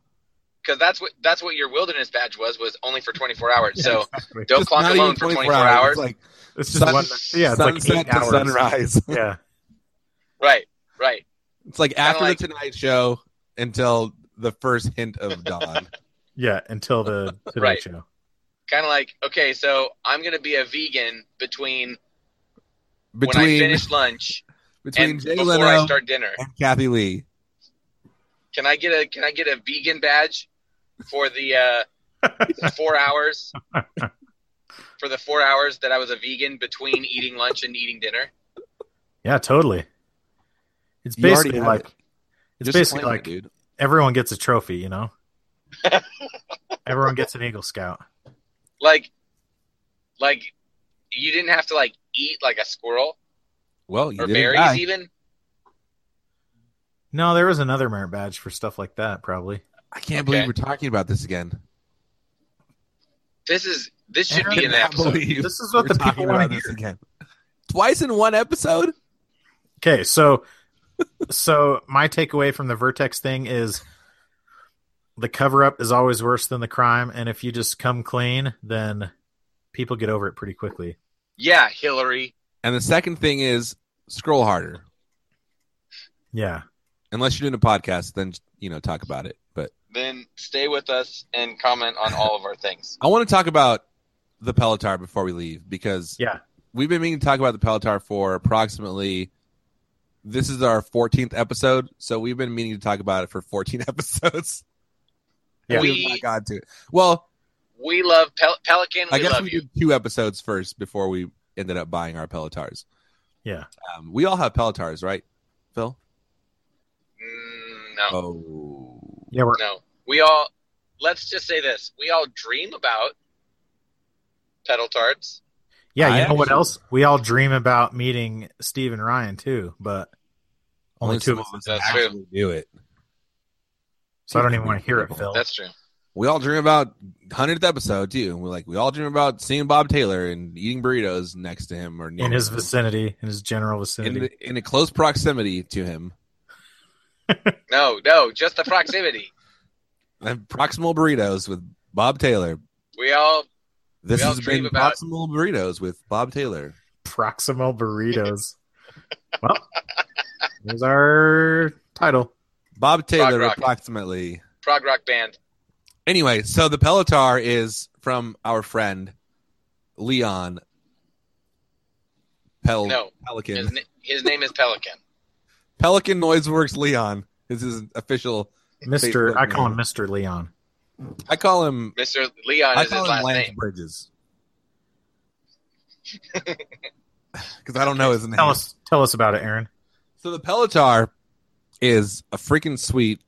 [SPEAKER 2] Cuz that's what that's what your wilderness badge was was only for 24 hours. So
[SPEAKER 3] Exactly.
[SPEAKER 2] don't clock alone for 24 hours.
[SPEAKER 1] It's like
[SPEAKER 3] It's just one. Yeah, it's like
[SPEAKER 1] sunset
[SPEAKER 3] eight
[SPEAKER 1] to
[SPEAKER 3] hours.
[SPEAKER 1] sunrise.
[SPEAKER 3] Yeah,
[SPEAKER 2] right. Right.
[SPEAKER 1] It's like after
[SPEAKER 2] like-
[SPEAKER 1] the Tonight Show until the first hint of dawn.
[SPEAKER 3] yeah. Until the Today
[SPEAKER 2] Right.
[SPEAKER 3] Show.
[SPEAKER 2] kind of like, okay, so I'm gonna be a vegan between, when I
[SPEAKER 1] between
[SPEAKER 2] finish lunch
[SPEAKER 1] between
[SPEAKER 2] and
[SPEAKER 1] Jay
[SPEAKER 2] before
[SPEAKER 1] Leno
[SPEAKER 2] I start dinner.
[SPEAKER 1] and Kathy Lee.
[SPEAKER 2] Can I get a can I get a vegan badge for the uh, the four hours for the four hours that I was a vegan between eating lunch and eating dinner?
[SPEAKER 3] Yeah, totally. It's
[SPEAKER 1] You already
[SPEAKER 3] basically
[SPEAKER 1] have
[SPEAKER 3] like
[SPEAKER 1] it.
[SPEAKER 3] it's
[SPEAKER 1] Just
[SPEAKER 3] basically
[SPEAKER 1] claim it,
[SPEAKER 3] like
[SPEAKER 1] dude.
[SPEAKER 3] everyone gets a trophy, you know. everyone gets an Eagle Scout.
[SPEAKER 2] Like, like you didn't have to like eat like a squirrel
[SPEAKER 1] Well, you
[SPEAKER 2] or
[SPEAKER 1] didn't
[SPEAKER 2] berries
[SPEAKER 1] die.
[SPEAKER 2] even.
[SPEAKER 3] No, there was another merit badge for stuff like that, probably.
[SPEAKER 1] I can't
[SPEAKER 2] Okay.
[SPEAKER 1] believe we're talking about this again.
[SPEAKER 2] This is this should
[SPEAKER 3] Aaron,
[SPEAKER 2] be an
[SPEAKER 1] Cannot
[SPEAKER 2] episode.
[SPEAKER 1] believe
[SPEAKER 3] This is what
[SPEAKER 1] we're
[SPEAKER 3] the people
[SPEAKER 1] talking about
[SPEAKER 3] want to
[SPEAKER 1] this
[SPEAKER 3] hear.
[SPEAKER 1] again. Twice in one episode.
[SPEAKER 3] Okay, so so my takeaway from the Vertex thing is the cover up is always worse than the crime, and if you just come clean, then people get over it pretty quickly.
[SPEAKER 2] Yeah, Hillary.
[SPEAKER 1] And the second thing is scroll harder.
[SPEAKER 3] Yeah.
[SPEAKER 1] Unless you're doing a podcast, then you know talk about it. But
[SPEAKER 2] Then stay with us and comment on all of our things.
[SPEAKER 1] I want to talk about the Pelotar before we leave because
[SPEAKER 3] Yeah.
[SPEAKER 1] we've been meaning to talk about the Pelotar for approximately This is our 14th episode, so we've been meaning to talk about it for 14 episodes.
[SPEAKER 3] Yeah.
[SPEAKER 1] we
[SPEAKER 2] We-
[SPEAKER 1] have not got to. it. Well,
[SPEAKER 2] We love Pel- Pelican.
[SPEAKER 1] I
[SPEAKER 2] we
[SPEAKER 1] guess
[SPEAKER 2] love
[SPEAKER 1] we
[SPEAKER 2] you.
[SPEAKER 1] did two episodes first before we ended up buying our Pelotars.
[SPEAKER 3] Yeah.
[SPEAKER 1] Um, we all have Pelotars, right, Phil?
[SPEAKER 2] Mm, no,
[SPEAKER 1] Oh,
[SPEAKER 3] Yeah, we're
[SPEAKER 2] no. We all. Let's just say this: we all dream about pedal tarts.
[SPEAKER 3] yeah. You
[SPEAKER 1] I
[SPEAKER 3] know what
[SPEAKER 1] actually-
[SPEAKER 3] else? We all dream about meeting Steve and Ryan too, but only two of us.
[SPEAKER 2] That's
[SPEAKER 1] actually
[SPEAKER 2] true.
[SPEAKER 1] do it.
[SPEAKER 3] So I don't even want to hear it, Phil.
[SPEAKER 2] That's true.
[SPEAKER 1] we all dream about hundredth episode too. And we're like, we all dream about seeing Bob Taylor and eating burritos next to him or near
[SPEAKER 3] in his
[SPEAKER 1] him.
[SPEAKER 3] vicinity, in his general
[SPEAKER 1] in,
[SPEAKER 3] vicinity.
[SPEAKER 1] the- in a close proximity to him.
[SPEAKER 2] No, no, just the proximity.
[SPEAKER 1] And proximal burritos with Bob Taylor.
[SPEAKER 2] we all
[SPEAKER 1] This
[SPEAKER 2] all
[SPEAKER 1] has
[SPEAKER 2] dream
[SPEAKER 1] been
[SPEAKER 2] about-
[SPEAKER 1] proximal burritos with Bob Taylor.
[SPEAKER 3] Proximal burritos. well, there's our title.
[SPEAKER 1] Bob Taylor,
[SPEAKER 2] rock.
[SPEAKER 1] approximately.
[SPEAKER 2] prog rock band.
[SPEAKER 1] Anyway, so the Pelotar is from our friend Leon Pel-
[SPEAKER 2] No,
[SPEAKER 1] Pelican.
[SPEAKER 2] his, na- his name is Pelican.
[SPEAKER 1] Pelican Noise Works Leon is his official.
[SPEAKER 3] Mr. I
[SPEAKER 1] Facebook
[SPEAKER 3] call him Mr. Leon.
[SPEAKER 1] I call him
[SPEAKER 2] Mr. Leon
[SPEAKER 1] I
[SPEAKER 2] is his
[SPEAKER 1] call him
[SPEAKER 2] last
[SPEAKER 1] Lance
[SPEAKER 2] name.
[SPEAKER 1] Bridges. Because I don't know his name.
[SPEAKER 3] Tell us tell us about it, Aaron.
[SPEAKER 1] So the Pelotar is a freaking sweet.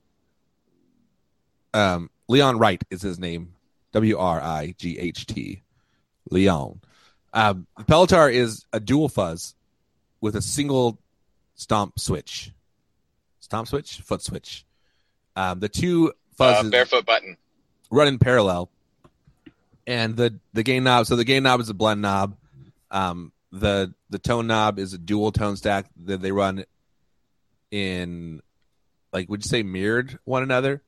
[SPEAKER 1] Um, Leon Wright is his name. W R I G H T. Leon. Um, the Pelotar is a dual fuzz with a single stomp switch. Stomp switch? Foot switch. Um, the two
[SPEAKER 2] Uh,
[SPEAKER 1] fuzzes
[SPEAKER 2] barefoot button.
[SPEAKER 1] run in parallel. And the the gain knob, so the gain knob is a blend knob. Um, the the tone knob is a dual tone stack that they run in, like would you say mirrored one another?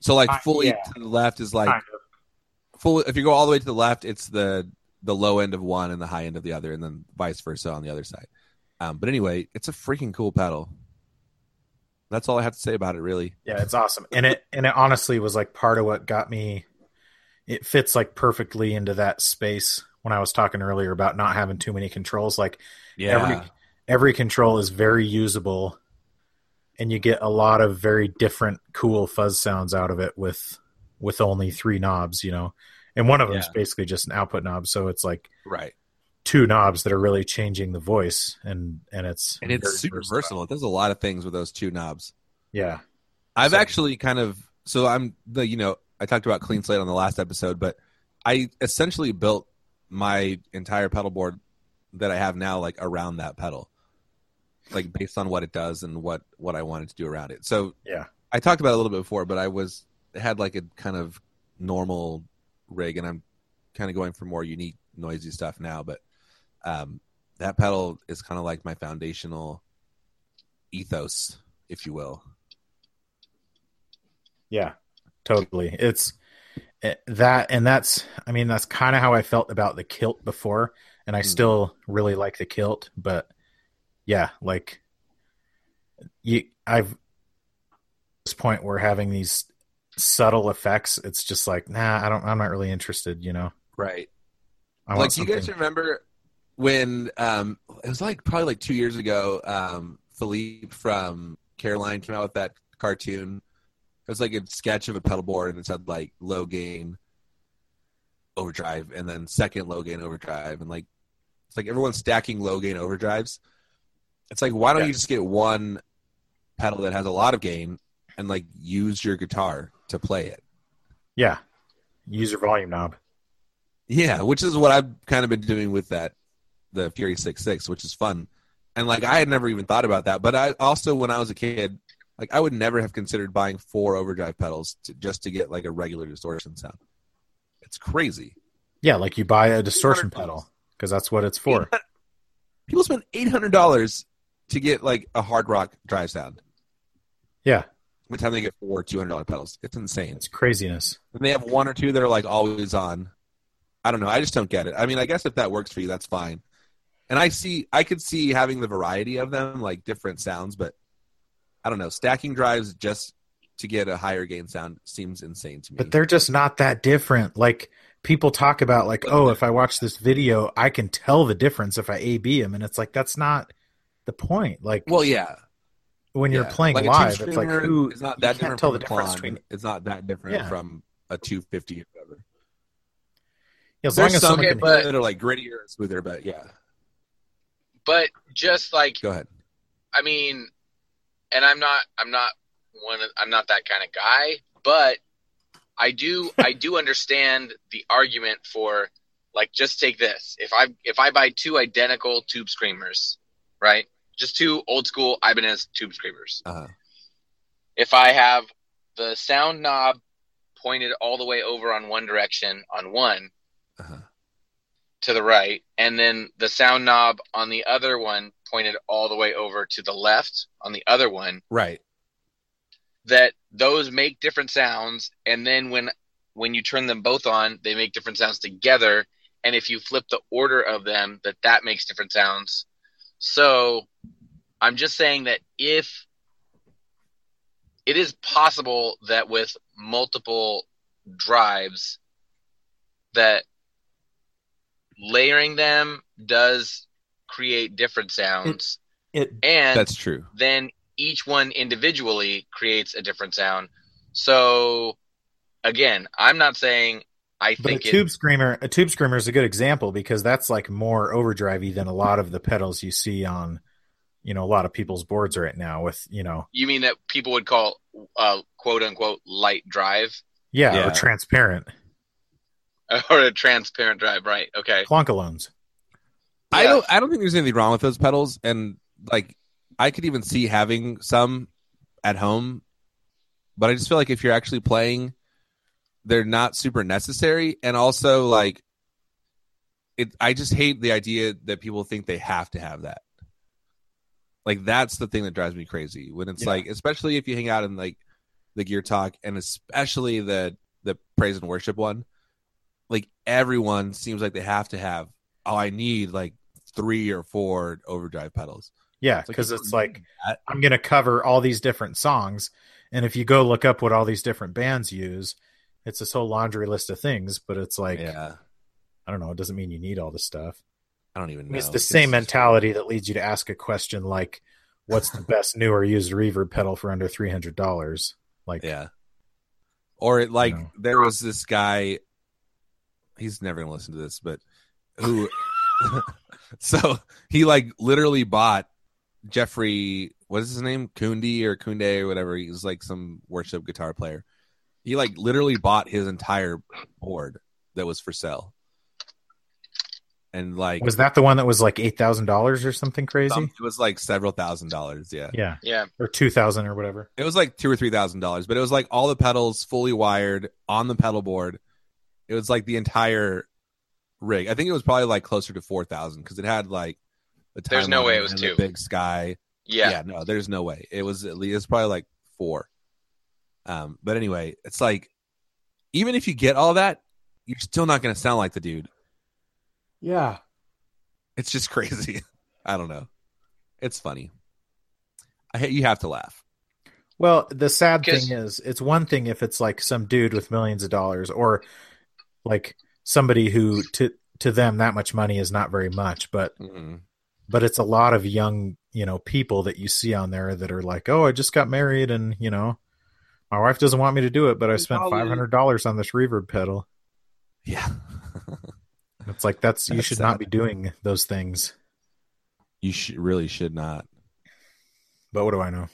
[SPEAKER 1] So like
[SPEAKER 7] Uh,
[SPEAKER 1] fully
[SPEAKER 7] yeah.
[SPEAKER 1] to the left is like
[SPEAKER 7] Kind
[SPEAKER 1] full. If you go all the way to the left, it's the the low end of one and the high end of the other, and then vice versa on the other side. Um, but anyway, it's a freaking cool pedal. That's all I have to say about it, really.
[SPEAKER 3] Yeah, it's awesome. And it and it honestly was like part of what got me it fits like perfectly into that space when I was talking earlier about not having too many controls. Like
[SPEAKER 1] Uh,
[SPEAKER 3] every every control is very usable and you get a lot of very different cool fuzz sounds out of it with with only three knobs, you know. And one of them is basically just an output knob, so it's like
[SPEAKER 1] right.
[SPEAKER 3] two knobs that are really changing the voice and and it's
[SPEAKER 1] and it's
[SPEAKER 3] very
[SPEAKER 1] super versatile. It does a lot of things with those two knobs.
[SPEAKER 3] yeah
[SPEAKER 1] I've
[SPEAKER 3] So-
[SPEAKER 1] actually kind of so I'm the you know I talked about clean slate on the last episode, but I essentially built my entire pedal board that I have now like around that pedal, like based on what it does and what what I wanted to do around it. So
[SPEAKER 3] Yeah.
[SPEAKER 1] I talked about it a little bit before, but I was had like a kind of normal rig, and I'm kind of going for more unique noisy stuff now. But um, that pedal is kind of like my foundational ethos, if you will.
[SPEAKER 3] yeah totally it's it, that and that's i mean that's kind of how i felt about the kilt before and i
[SPEAKER 1] Hmm.
[SPEAKER 3] still really like the kilt but yeah like you i've at this point we're having these subtle effects it's just like nah i don't i'm not really interested you know
[SPEAKER 1] Right.
[SPEAKER 3] i
[SPEAKER 1] like
[SPEAKER 3] want
[SPEAKER 1] do you
[SPEAKER 3] something
[SPEAKER 1] guys remember when um it was like probably like two years ago, um Philippe from Caroline came out with that cartoon. It was like a sketch of a pedal board and it said like low gain overdrive and then second low gain overdrive and like it's like everyone's stacking low gain overdrives. It's like why don't you just get one pedal that has a lot of gain and like use your guitar to play it?
[SPEAKER 3] yeah user volume knob
[SPEAKER 1] Yeah, which is what I've kind of been doing with that, the Fury Six Six, which is fun, and like I had never even thought about that. But I also, when I was a kid, like I would never have considered buying four overdrive pedals to, just to get like a regular distortion sound. It's crazy.
[SPEAKER 3] yeah like you buy a distortion
[SPEAKER 1] bucks.
[SPEAKER 3] pedal because that's what it's for
[SPEAKER 1] People spend eight hundred dollars to get like a hard rock drive sound.
[SPEAKER 3] Yeah.
[SPEAKER 1] by the time they get four two hundred dollar pedals, it's insane.
[SPEAKER 3] it's craziness
[SPEAKER 1] And they have one or two that are like always on. I don't know. I just don't get it. I mean, I guess if that works for you, that's fine. And I see, I could see having the variety of them, like different sounds, but I don't know. Stacking drives just to get a higher gain sound seems insane to me.
[SPEAKER 3] But they're just not that different. Like people talk about like, oh, if I watch this video, I can tell the difference if I A B him. And it's like that's not the point. Like
[SPEAKER 1] Well, yeah.
[SPEAKER 3] when you're
[SPEAKER 1] Yeah.
[SPEAKER 3] playing
[SPEAKER 1] Like a
[SPEAKER 3] live, it's like
[SPEAKER 1] two-streamer
[SPEAKER 3] who
[SPEAKER 1] is not
[SPEAKER 3] you
[SPEAKER 1] that different
[SPEAKER 3] can't tell
[SPEAKER 1] from
[SPEAKER 3] the
[SPEAKER 1] a
[SPEAKER 3] difference
[SPEAKER 1] Klon.
[SPEAKER 3] between-
[SPEAKER 1] It's not that different
[SPEAKER 3] Yeah.
[SPEAKER 1] from a 250 or whatever.
[SPEAKER 3] yeah, as long
[SPEAKER 1] There's
[SPEAKER 3] as
[SPEAKER 1] some
[SPEAKER 3] someone
[SPEAKER 2] okay,
[SPEAKER 3] can,
[SPEAKER 2] but-
[SPEAKER 1] that are like grittier and smoother, but yeah.
[SPEAKER 2] But just like
[SPEAKER 1] Go ahead.
[SPEAKER 2] I mean, and I'm not I'm not one of, I'm not that kind of guy, but I do I do understand the argument for like just take this. If I if I buy two identical tube screamers, right? Just two old school Ibanez tube screamers.
[SPEAKER 1] Uh-huh.
[SPEAKER 2] If I have the sound knob pointed all the way over on one direction on one
[SPEAKER 1] Uh-huh.
[SPEAKER 2] to the right, and then the sound knob on the other one pointed all the way over to the left on the other one.
[SPEAKER 1] Right.
[SPEAKER 2] That those make different sounds, and then when when you turn them both on, they make different sounds together. And if you flip the order of them, that that makes different sounds. So I'm just saying that if it is possible that with multiple drives that layering them does create different sounds
[SPEAKER 3] it
[SPEAKER 2] and
[SPEAKER 1] That's true.
[SPEAKER 2] then each one individually creates a different sound so again i'm not saying i
[SPEAKER 3] But a
[SPEAKER 2] think
[SPEAKER 3] tube screamer, a tube screamer is a good example because that's like more overdrivey than a lot of the pedals you see on, you know, a lot of people's boards right now. With you know,
[SPEAKER 2] it, you mean that people would call uh, quote unquote light drive
[SPEAKER 3] yeah,
[SPEAKER 1] Yeah.
[SPEAKER 3] or transparent
[SPEAKER 2] or a transparent drive right okay
[SPEAKER 3] clonkalones.
[SPEAKER 1] I
[SPEAKER 2] Yeah.
[SPEAKER 1] don't I don't think there's anything wrong with those pedals and like I could even see having some at home but I just feel like if you're actually playing they're not super necessary and also like it I just hate the idea that people think they have to have that. Like that's the thing that drives me crazy when it's
[SPEAKER 3] Yeah.
[SPEAKER 1] like especially if you hang out in like the gear talk and especially the the praise and worship one like everyone seems like they have to have oh i need like three or four overdrive pedals
[SPEAKER 3] Yeah,
[SPEAKER 1] It's like
[SPEAKER 3] because
[SPEAKER 1] you
[SPEAKER 3] it's
[SPEAKER 1] don't
[SPEAKER 3] like
[SPEAKER 1] that.
[SPEAKER 3] I'm gonna cover all these different songs, and if you go look up what all these different bands use, it's this whole laundry list of things. But it's like
[SPEAKER 1] yeah
[SPEAKER 3] I don't know, it doesn't mean you need all this stuff.
[SPEAKER 1] i don't even
[SPEAKER 3] I mean,
[SPEAKER 1] know
[SPEAKER 3] it's the same mentality that leads you to ask a question like, "What's the best new or used reverb pedal for under three hundred dollars?" Like,
[SPEAKER 1] yeah or it like
[SPEAKER 3] No.
[SPEAKER 1] there was this guy he's never gonna listen to this but who so he like literally bought jeffrey what is his name kundi or kunde or whatever he was like some worship guitar player he like literally bought his entire board that was for sale and like
[SPEAKER 3] was that the one that was like eight thousand dollars or something crazy?
[SPEAKER 1] Some- it was like several thousand dollars. Yeah.
[SPEAKER 3] yeah,
[SPEAKER 2] yeah
[SPEAKER 3] or two thousand or whatever.
[SPEAKER 1] It was like two or three thousand dollars, but it was like all the pedals fully wired on the pedal board. It was like the entire rig. I think it was probably like closer to four thousand because it had like the
[SPEAKER 2] There's no
[SPEAKER 1] timeline
[SPEAKER 2] way it was
[SPEAKER 1] and the
[SPEAKER 2] two.
[SPEAKER 1] big sky.
[SPEAKER 2] yeah,
[SPEAKER 1] no, there's no way. It was at least it's probably like four. Um, but anyway, it's like even if you get all that, you're still not gonna sound like the dude.
[SPEAKER 3] Yeah,
[SPEAKER 1] It's just crazy. I don't know. It's funny. I hate you have to laugh.
[SPEAKER 3] Well, the sad
[SPEAKER 2] Because-
[SPEAKER 3] thing is, it's one thing if it's like some dude with millions of dollars, or like somebody who to to them that much money is not very much, but
[SPEAKER 1] Mm-mm.
[SPEAKER 3] but it's a lot of young you know people that you see on there that are like, oh, I just got married, and you know, my wife doesn't want me to do it, but I spent
[SPEAKER 1] Probably-
[SPEAKER 3] five hundred dollars on this reverb pedal.
[SPEAKER 1] Yeah.
[SPEAKER 3] It's like that's you
[SPEAKER 1] That's
[SPEAKER 3] should
[SPEAKER 1] sad.
[SPEAKER 3] not be doing those things.
[SPEAKER 1] you sh- really should not.
[SPEAKER 3] But what do I know?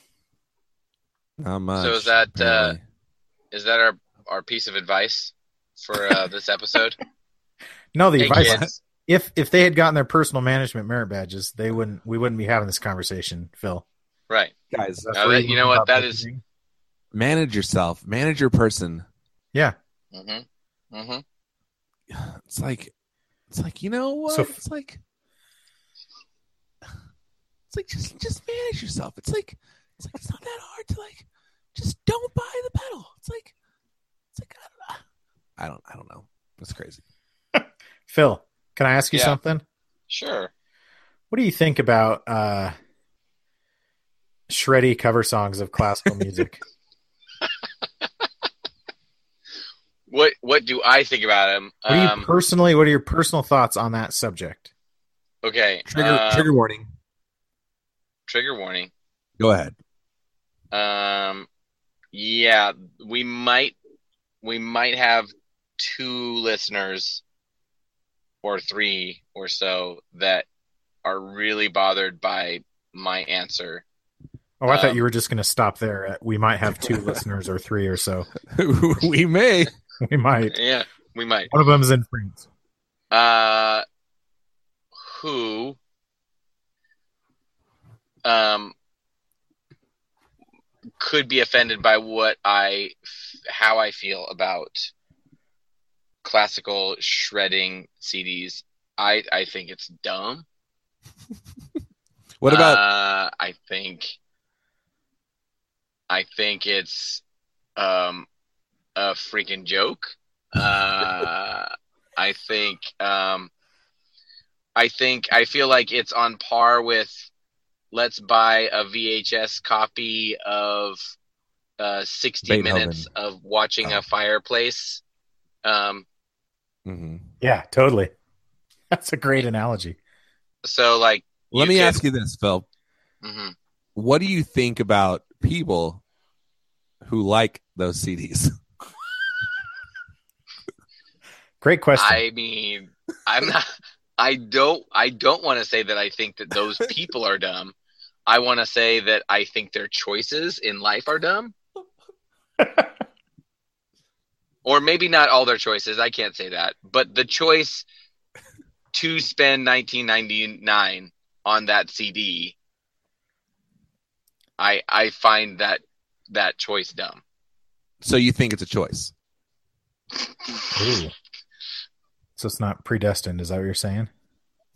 [SPEAKER 1] Not much.
[SPEAKER 2] is that, uh,
[SPEAKER 1] apparently.
[SPEAKER 2] is that our our piece of advice for uh, this episode
[SPEAKER 3] No, the
[SPEAKER 2] hey
[SPEAKER 3] advice
[SPEAKER 2] kids
[SPEAKER 3] if if they had gotten their personal management merit badges, they wouldn't we wouldn't be having this conversation, Phil.
[SPEAKER 2] right
[SPEAKER 3] uh,
[SPEAKER 1] guys?
[SPEAKER 2] Now that- you know what, that is-
[SPEAKER 1] Manage yourself. Manage your person.
[SPEAKER 2] mm-hmm. Mm-hmm.
[SPEAKER 1] It's like, it's like you know what?
[SPEAKER 3] So-
[SPEAKER 1] it's like, it's like just just manage yourself. It's like, it's like it's not that hard to like, just don't buy the pedal. It's like, it's like uh, I don't, know. I don't, I don't know. That's crazy.
[SPEAKER 3] Phil, can I ask you
[SPEAKER 2] Yeah.
[SPEAKER 3] something?
[SPEAKER 2] sure
[SPEAKER 3] What do you think about uh shreddy cover songs of classical music?
[SPEAKER 2] what what do i think about him
[SPEAKER 3] What do you
[SPEAKER 2] um,
[SPEAKER 3] personally what are your personal thoughts on that subject?
[SPEAKER 2] okay
[SPEAKER 1] Trigger
[SPEAKER 2] um,
[SPEAKER 1] trigger warning.
[SPEAKER 2] trigger warning.
[SPEAKER 1] Go ahead.
[SPEAKER 2] Um, yeah, we might we might have two listeners or three or so that are really bothered by my answer.
[SPEAKER 3] Oh, I thought
[SPEAKER 2] Um,
[SPEAKER 3] you were just going to stop there. At, we might have two listeners or three or so.
[SPEAKER 1] we may.
[SPEAKER 3] We might.
[SPEAKER 2] Yeah, we might.
[SPEAKER 3] One of them's in France.
[SPEAKER 2] Uh, who um could be offended by what I how I feel about classical shredding CDs. I I think it's dumb.
[SPEAKER 1] What about
[SPEAKER 2] Uh, I think. I think it's um, a freaking joke. Uh, I think. Um, I think. I feel like it's on par with. Let's buy a VHS copy of uh, 60
[SPEAKER 1] Beethoven. Oh.
[SPEAKER 2] minutes of watching a fireplace. Um,
[SPEAKER 1] Mhm.
[SPEAKER 3] Yeah, totally. That's a great analogy.
[SPEAKER 2] so, like,
[SPEAKER 1] Let
[SPEAKER 2] you
[SPEAKER 1] me
[SPEAKER 2] could-
[SPEAKER 1] ask you this, Phil.
[SPEAKER 2] mhm.
[SPEAKER 1] What do you think about people who like those CDs?
[SPEAKER 3] Great question.
[SPEAKER 2] I mean, I'm not. I don't. I don't want to say that I think that those people are dumb. I want to say that I think their choices in life are dumb. or maybe not all their choices. I can't say that, but the choice to spend 19.99 on that CD, I I find that that choice dumb.
[SPEAKER 1] So you think it's a choice?
[SPEAKER 3] Ooh. So it's not predestined. Is that what you're saying?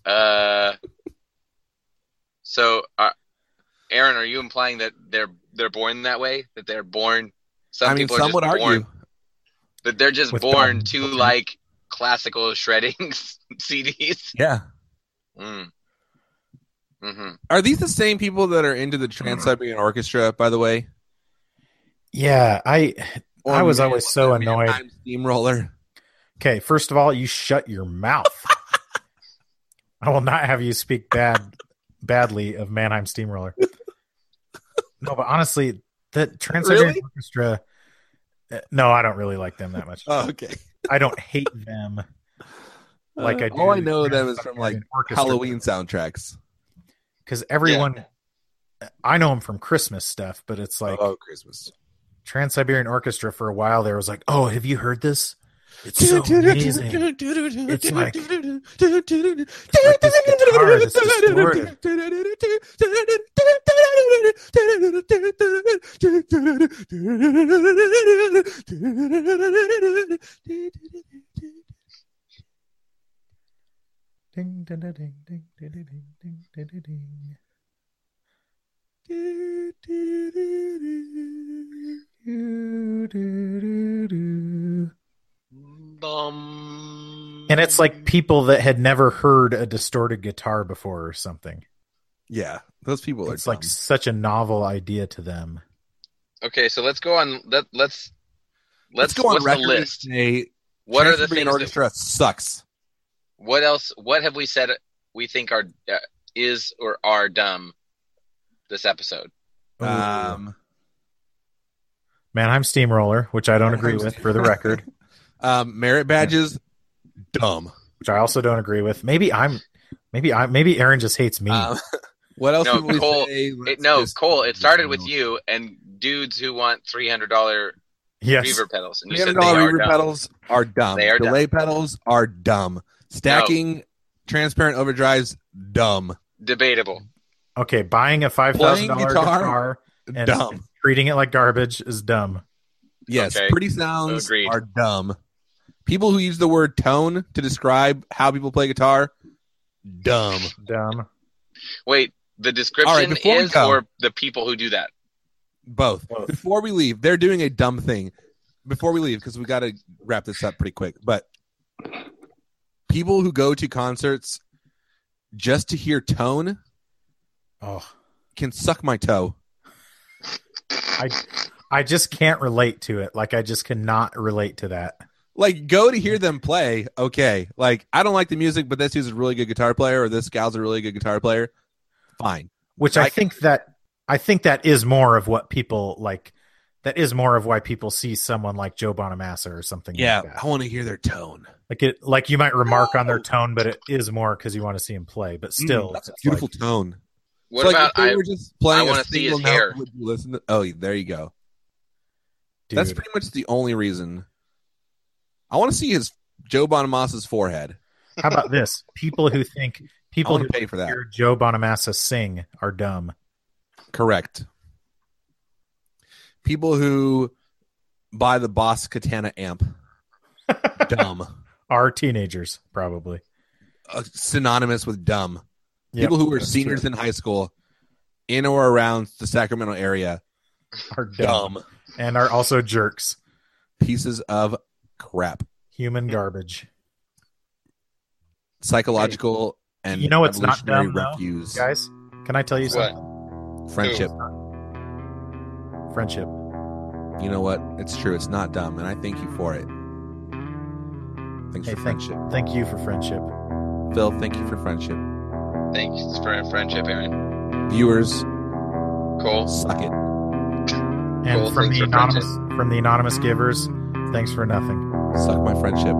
[SPEAKER 2] Uh, so, uh, Aaron, are you implying that they're they're born that way? That they're born? Some
[SPEAKER 1] I mean,
[SPEAKER 2] people are
[SPEAKER 1] some
[SPEAKER 2] just
[SPEAKER 1] would
[SPEAKER 2] born,
[SPEAKER 1] argue.
[SPEAKER 2] that they're just
[SPEAKER 3] With
[SPEAKER 2] born
[SPEAKER 3] dumb
[SPEAKER 2] to
[SPEAKER 3] children.
[SPEAKER 2] like classical shredding CDs.
[SPEAKER 1] Yeah.
[SPEAKER 2] Mm. hmm
[SPEAKER 1] Are these the same people that are into the Trans
[SPEAKER 2] Mm-hmm.
[SPEAKER 1] Siberian Orchestra, by the way?
[SPEAKER 3] Yeah, I I was
[SPEAKER 1] Man-
[SPEAKER 3] always so
[SPEAKER 1] Man
[SPEAKER 3] annoyed.
[SPEAKER 1] Time Steamroller.
[SPEAKER 3] Okay, first of all, you shut your mouth. I will not have you speak bad badly of Mannheim Steamroller. No, but honestly, the Trans-Siberian
[SPEAKER 1] Really?
[SPEAKER 3] Orchestra. uh, No, I don't really like them that much.
[SPEAKER 1] Oh, okay.
[SPEAKER 3] I don't hate them like I do.
[SPEAKER 1] All I know of them is from like Halloween soundtracks.
[SPEAKER 3] because everyone. I know them from Christmas stuff, but it's like
[SPEAKER 1] oh, Christmas.
[SPEAKER 3] Trans Siberian Orchestra for a while there was like, oh, have you heard this? It's so amazing.
[SPEAKER 5] It's
[SPEAKER 3] like-
[SPEAKER 5] like
[SPEAKER 3] this guitar that's distorted. Ding, ding, ding, ding, ding, ding, ding, ding, ding, ding, ding. Do, do, do, do.
[SPEAKER 2] Mm-hmm. Dumb.
[SPEAKER 3] And it's like people that had never heard a distorted guitar before or something.
[SPEAKER 1] Yeah, those people
[SPEAKER 3] it's
[SPEAKER 1] are
[SPEAKER 3] like such a novel idea to them.
[SPEAKER 2] okay, so let's go on. Let let's let's,
[SPEAKER 1] go on
[SPEAKER 2] what's
[SPEAKER 1] record
[SPEAKER 2] the
[SPEAKER 1] and
[SPEAKER 2] list.
[SPEAKER 1] say
[SPEAKER 2] What are
[SPEAKER 1] Trans
[SPEAKER 2] the
[SPEAKER 1] Siberian
[SPEAKER 2] things? That,
[SPEAKER 1] Orchestra sucks.
[SPEAKER 2] what else? What have we said? We think are uh, is or are dumb. This episode.
[SPEAKER 1] Um,
[SPEAKER 3] Mannheim Steamroller, which I don't agree
[SPEAKER 1] Mannheim
[SPEAKER 3] with for the record,
[SPEAKER 1] um, merit badges, dumb.
[SPEAKER 3] which I also don't agree with. Maybe I'm, maybe I, maybe Aaron just hates me.
[SPEAKER 1] Um, what else?
[SPEAKER 2] No,
[SPEAKER 1] would we
[SPEAKER 2] Cole,
[SPEAKER 1] say?
[SPEAKER 2] It,
[SPEAKER 1] Let's
[SPEAKER 2] no,
[SPEAKER 1] just-
[SPEAKER 2] Cole. It started with you and dudes who want three hundred dollar
[SPEAKER 3] yes,
[SPEAKER 2] reverb pedals, and you
[SPEAKER 1] $300
[SPEAKER 2] said they are
[SPEAKER 1] reverb
[SPEAKER 2] dumb.
[SPEAKER 1] pedals are dumb.
[SPEAKER 2] They are dumb.
[SPEAKER 1] Delay pedals are dumb. Stacking transparent overdrives, dumb.
[SPEAKER 2] Debatable.
[SPEAKER 3] okay. Buying a five thousand dollar
[SPEAKER 1] guitar?
[SPEAKER 3] guitar and
[SPEAKER 1] dumb.
[SPEAKER 3] treating it like garbage is dumb.
[SPEAKER 1] Yes,
[SPEAKER 2] Okay.
[SPEAKER 1] pretty sounds
[SPEAKER 2] Agreed.
[SPEAKER 1] are dumb. People who use the word tone to describe how people play guitar, dumb.
[SPEAKER 3] Dumb.
[SPEAKER 2] Wait, the description
[SPEAKER 1] before we
[SPEAKER 2] is
[SPEAKER 1] go-
[SPEAKER 2] or the people who do that.
[SPEAKER 1] Both.
[SPEAKER 3] Both.
[SPEAKER 1] Before we leave, they're doing a dumb thing. Before we leave, because we got to wrap this up pretty quick. But people who go to concerts just to hear tone
[SPEAKER 3] Oh,
[SPEAKER 1] can suck my toe.
[SPEAKER 3] I, I just can't relate to it. Like I just cannot relate to that.
[SPEAKER 1] Like, go to hear them play. Okay. Like, I don't like the music, but this dude's a really good guitar player, or this gal's a really good guitar player. Fine.
[SPEAKER 3] which I
[SPEAKER 1] I can-
[SPEAKER 3] think that I think that is more of what people like. That is more of why people see someone like Joe Bonamassa or something.
[SPEAKER 1] Yeah,
[SPEAKER 3] like,
[SPEAKER 1] I
[SPEAKER 3] that.
[SPEAKER 1] want to hear their tone.
[SPEAKER 3] like it, like you might remark on their tone, but it is more because you want to see him play. But still,
[SPEAKER 1] Mm, That's a
[SPEAKER 3] it's
[SPEAKER 1] beautiful
[SPEAKER 3] like-
[SPEAKER 1] tone.
[SPEAKER 2] What
[SPEAKER 1] It's like
[SPEAKER 2] about
[SPEAKER 1] if they
[SPEAKER 2] I?
[SPEAKER 1] were just playing
[SPEAKER 2] I
[SPEAKER 1] a
[SPEAKER 2] wanna see his
[SPEAKER 1] single note,
[SPEAKER 2] hair.
[SPEAKER 1] would you listen to- oh, there you go.
[SPEAKER 3] dude,
[SPEAKER 1] That's pretty much the only reason. I want to see his Joe Bonamassa's forehead.
[SPEAKER 3] how about this? People who think
[SPEAKER 1] I
[SPEAKER 3] people
[SPEAKER 1] want
[SPEAKER 3] who
[SPEAKER 1] to pay for that.
[SPEAKER 3] hear Joe Bonamassa sing are dumb.
[SPEAKER 1] Correct. People who buy the Boss Katana amp, dumb,
[SPEAKER 3] Are teenagers probably?
[SPEAKER 1] Uh, synonymous with dumb.
[SPEAKER 3] Yep,
[SPEAKER 1] People who were
[SPEAKER 3] that's
[SPEAKER 1] seniors in high school, in or around the Sacramento area,
[SPEAKER 3] true. are dumb, and are also jerks,
[SPEAKER 1] pieces of crap,
[SPEAKER 3] human garbage.
[SPEAKER 1] psychological and
[SPEAKER 3] You know what's not
[SPEAKER 1] evolutionary
[SPEAKER 3] dumb, though?
[SPEAKER 1] refuse,
[SPEAKER 3] Guys, can I tell you
[SPEAKER 2] What?
[SPEAKER 3] something?
[SPEAKER 1] friendship.
[SPEAKER 3] Friendship.
[SPEAKER 1] You know what? It's true. It's not dumb, and I thank you for it. Thanks
[SPEAKER 3] Hey,
[SPEAKER 1] for
[SPEAKER 3] thank-
[SPEAKER 1] friendship,
[SPEAKER 3] Thank you for friendship.
[SPEAKER 1] Phil. Thank you for friendship.
[SPEAKER 2] Thanks for our friendship, Aaron.
[SPEAKER 1] Viewers,
[SPEAKER 2] Cole.
[SPEAKER 1] suck it.
[SPEAKER 2] Cool,
[SPEAKER 3] And from
[SPEAKER 2] thanks
[SPEAKER 3] the
[SPEAKER 2] for friendship.
[SPEAKER 3] anonymous from the anonymous givers, thanks for nothing.
[SPEAKER 1] Suck my friendship.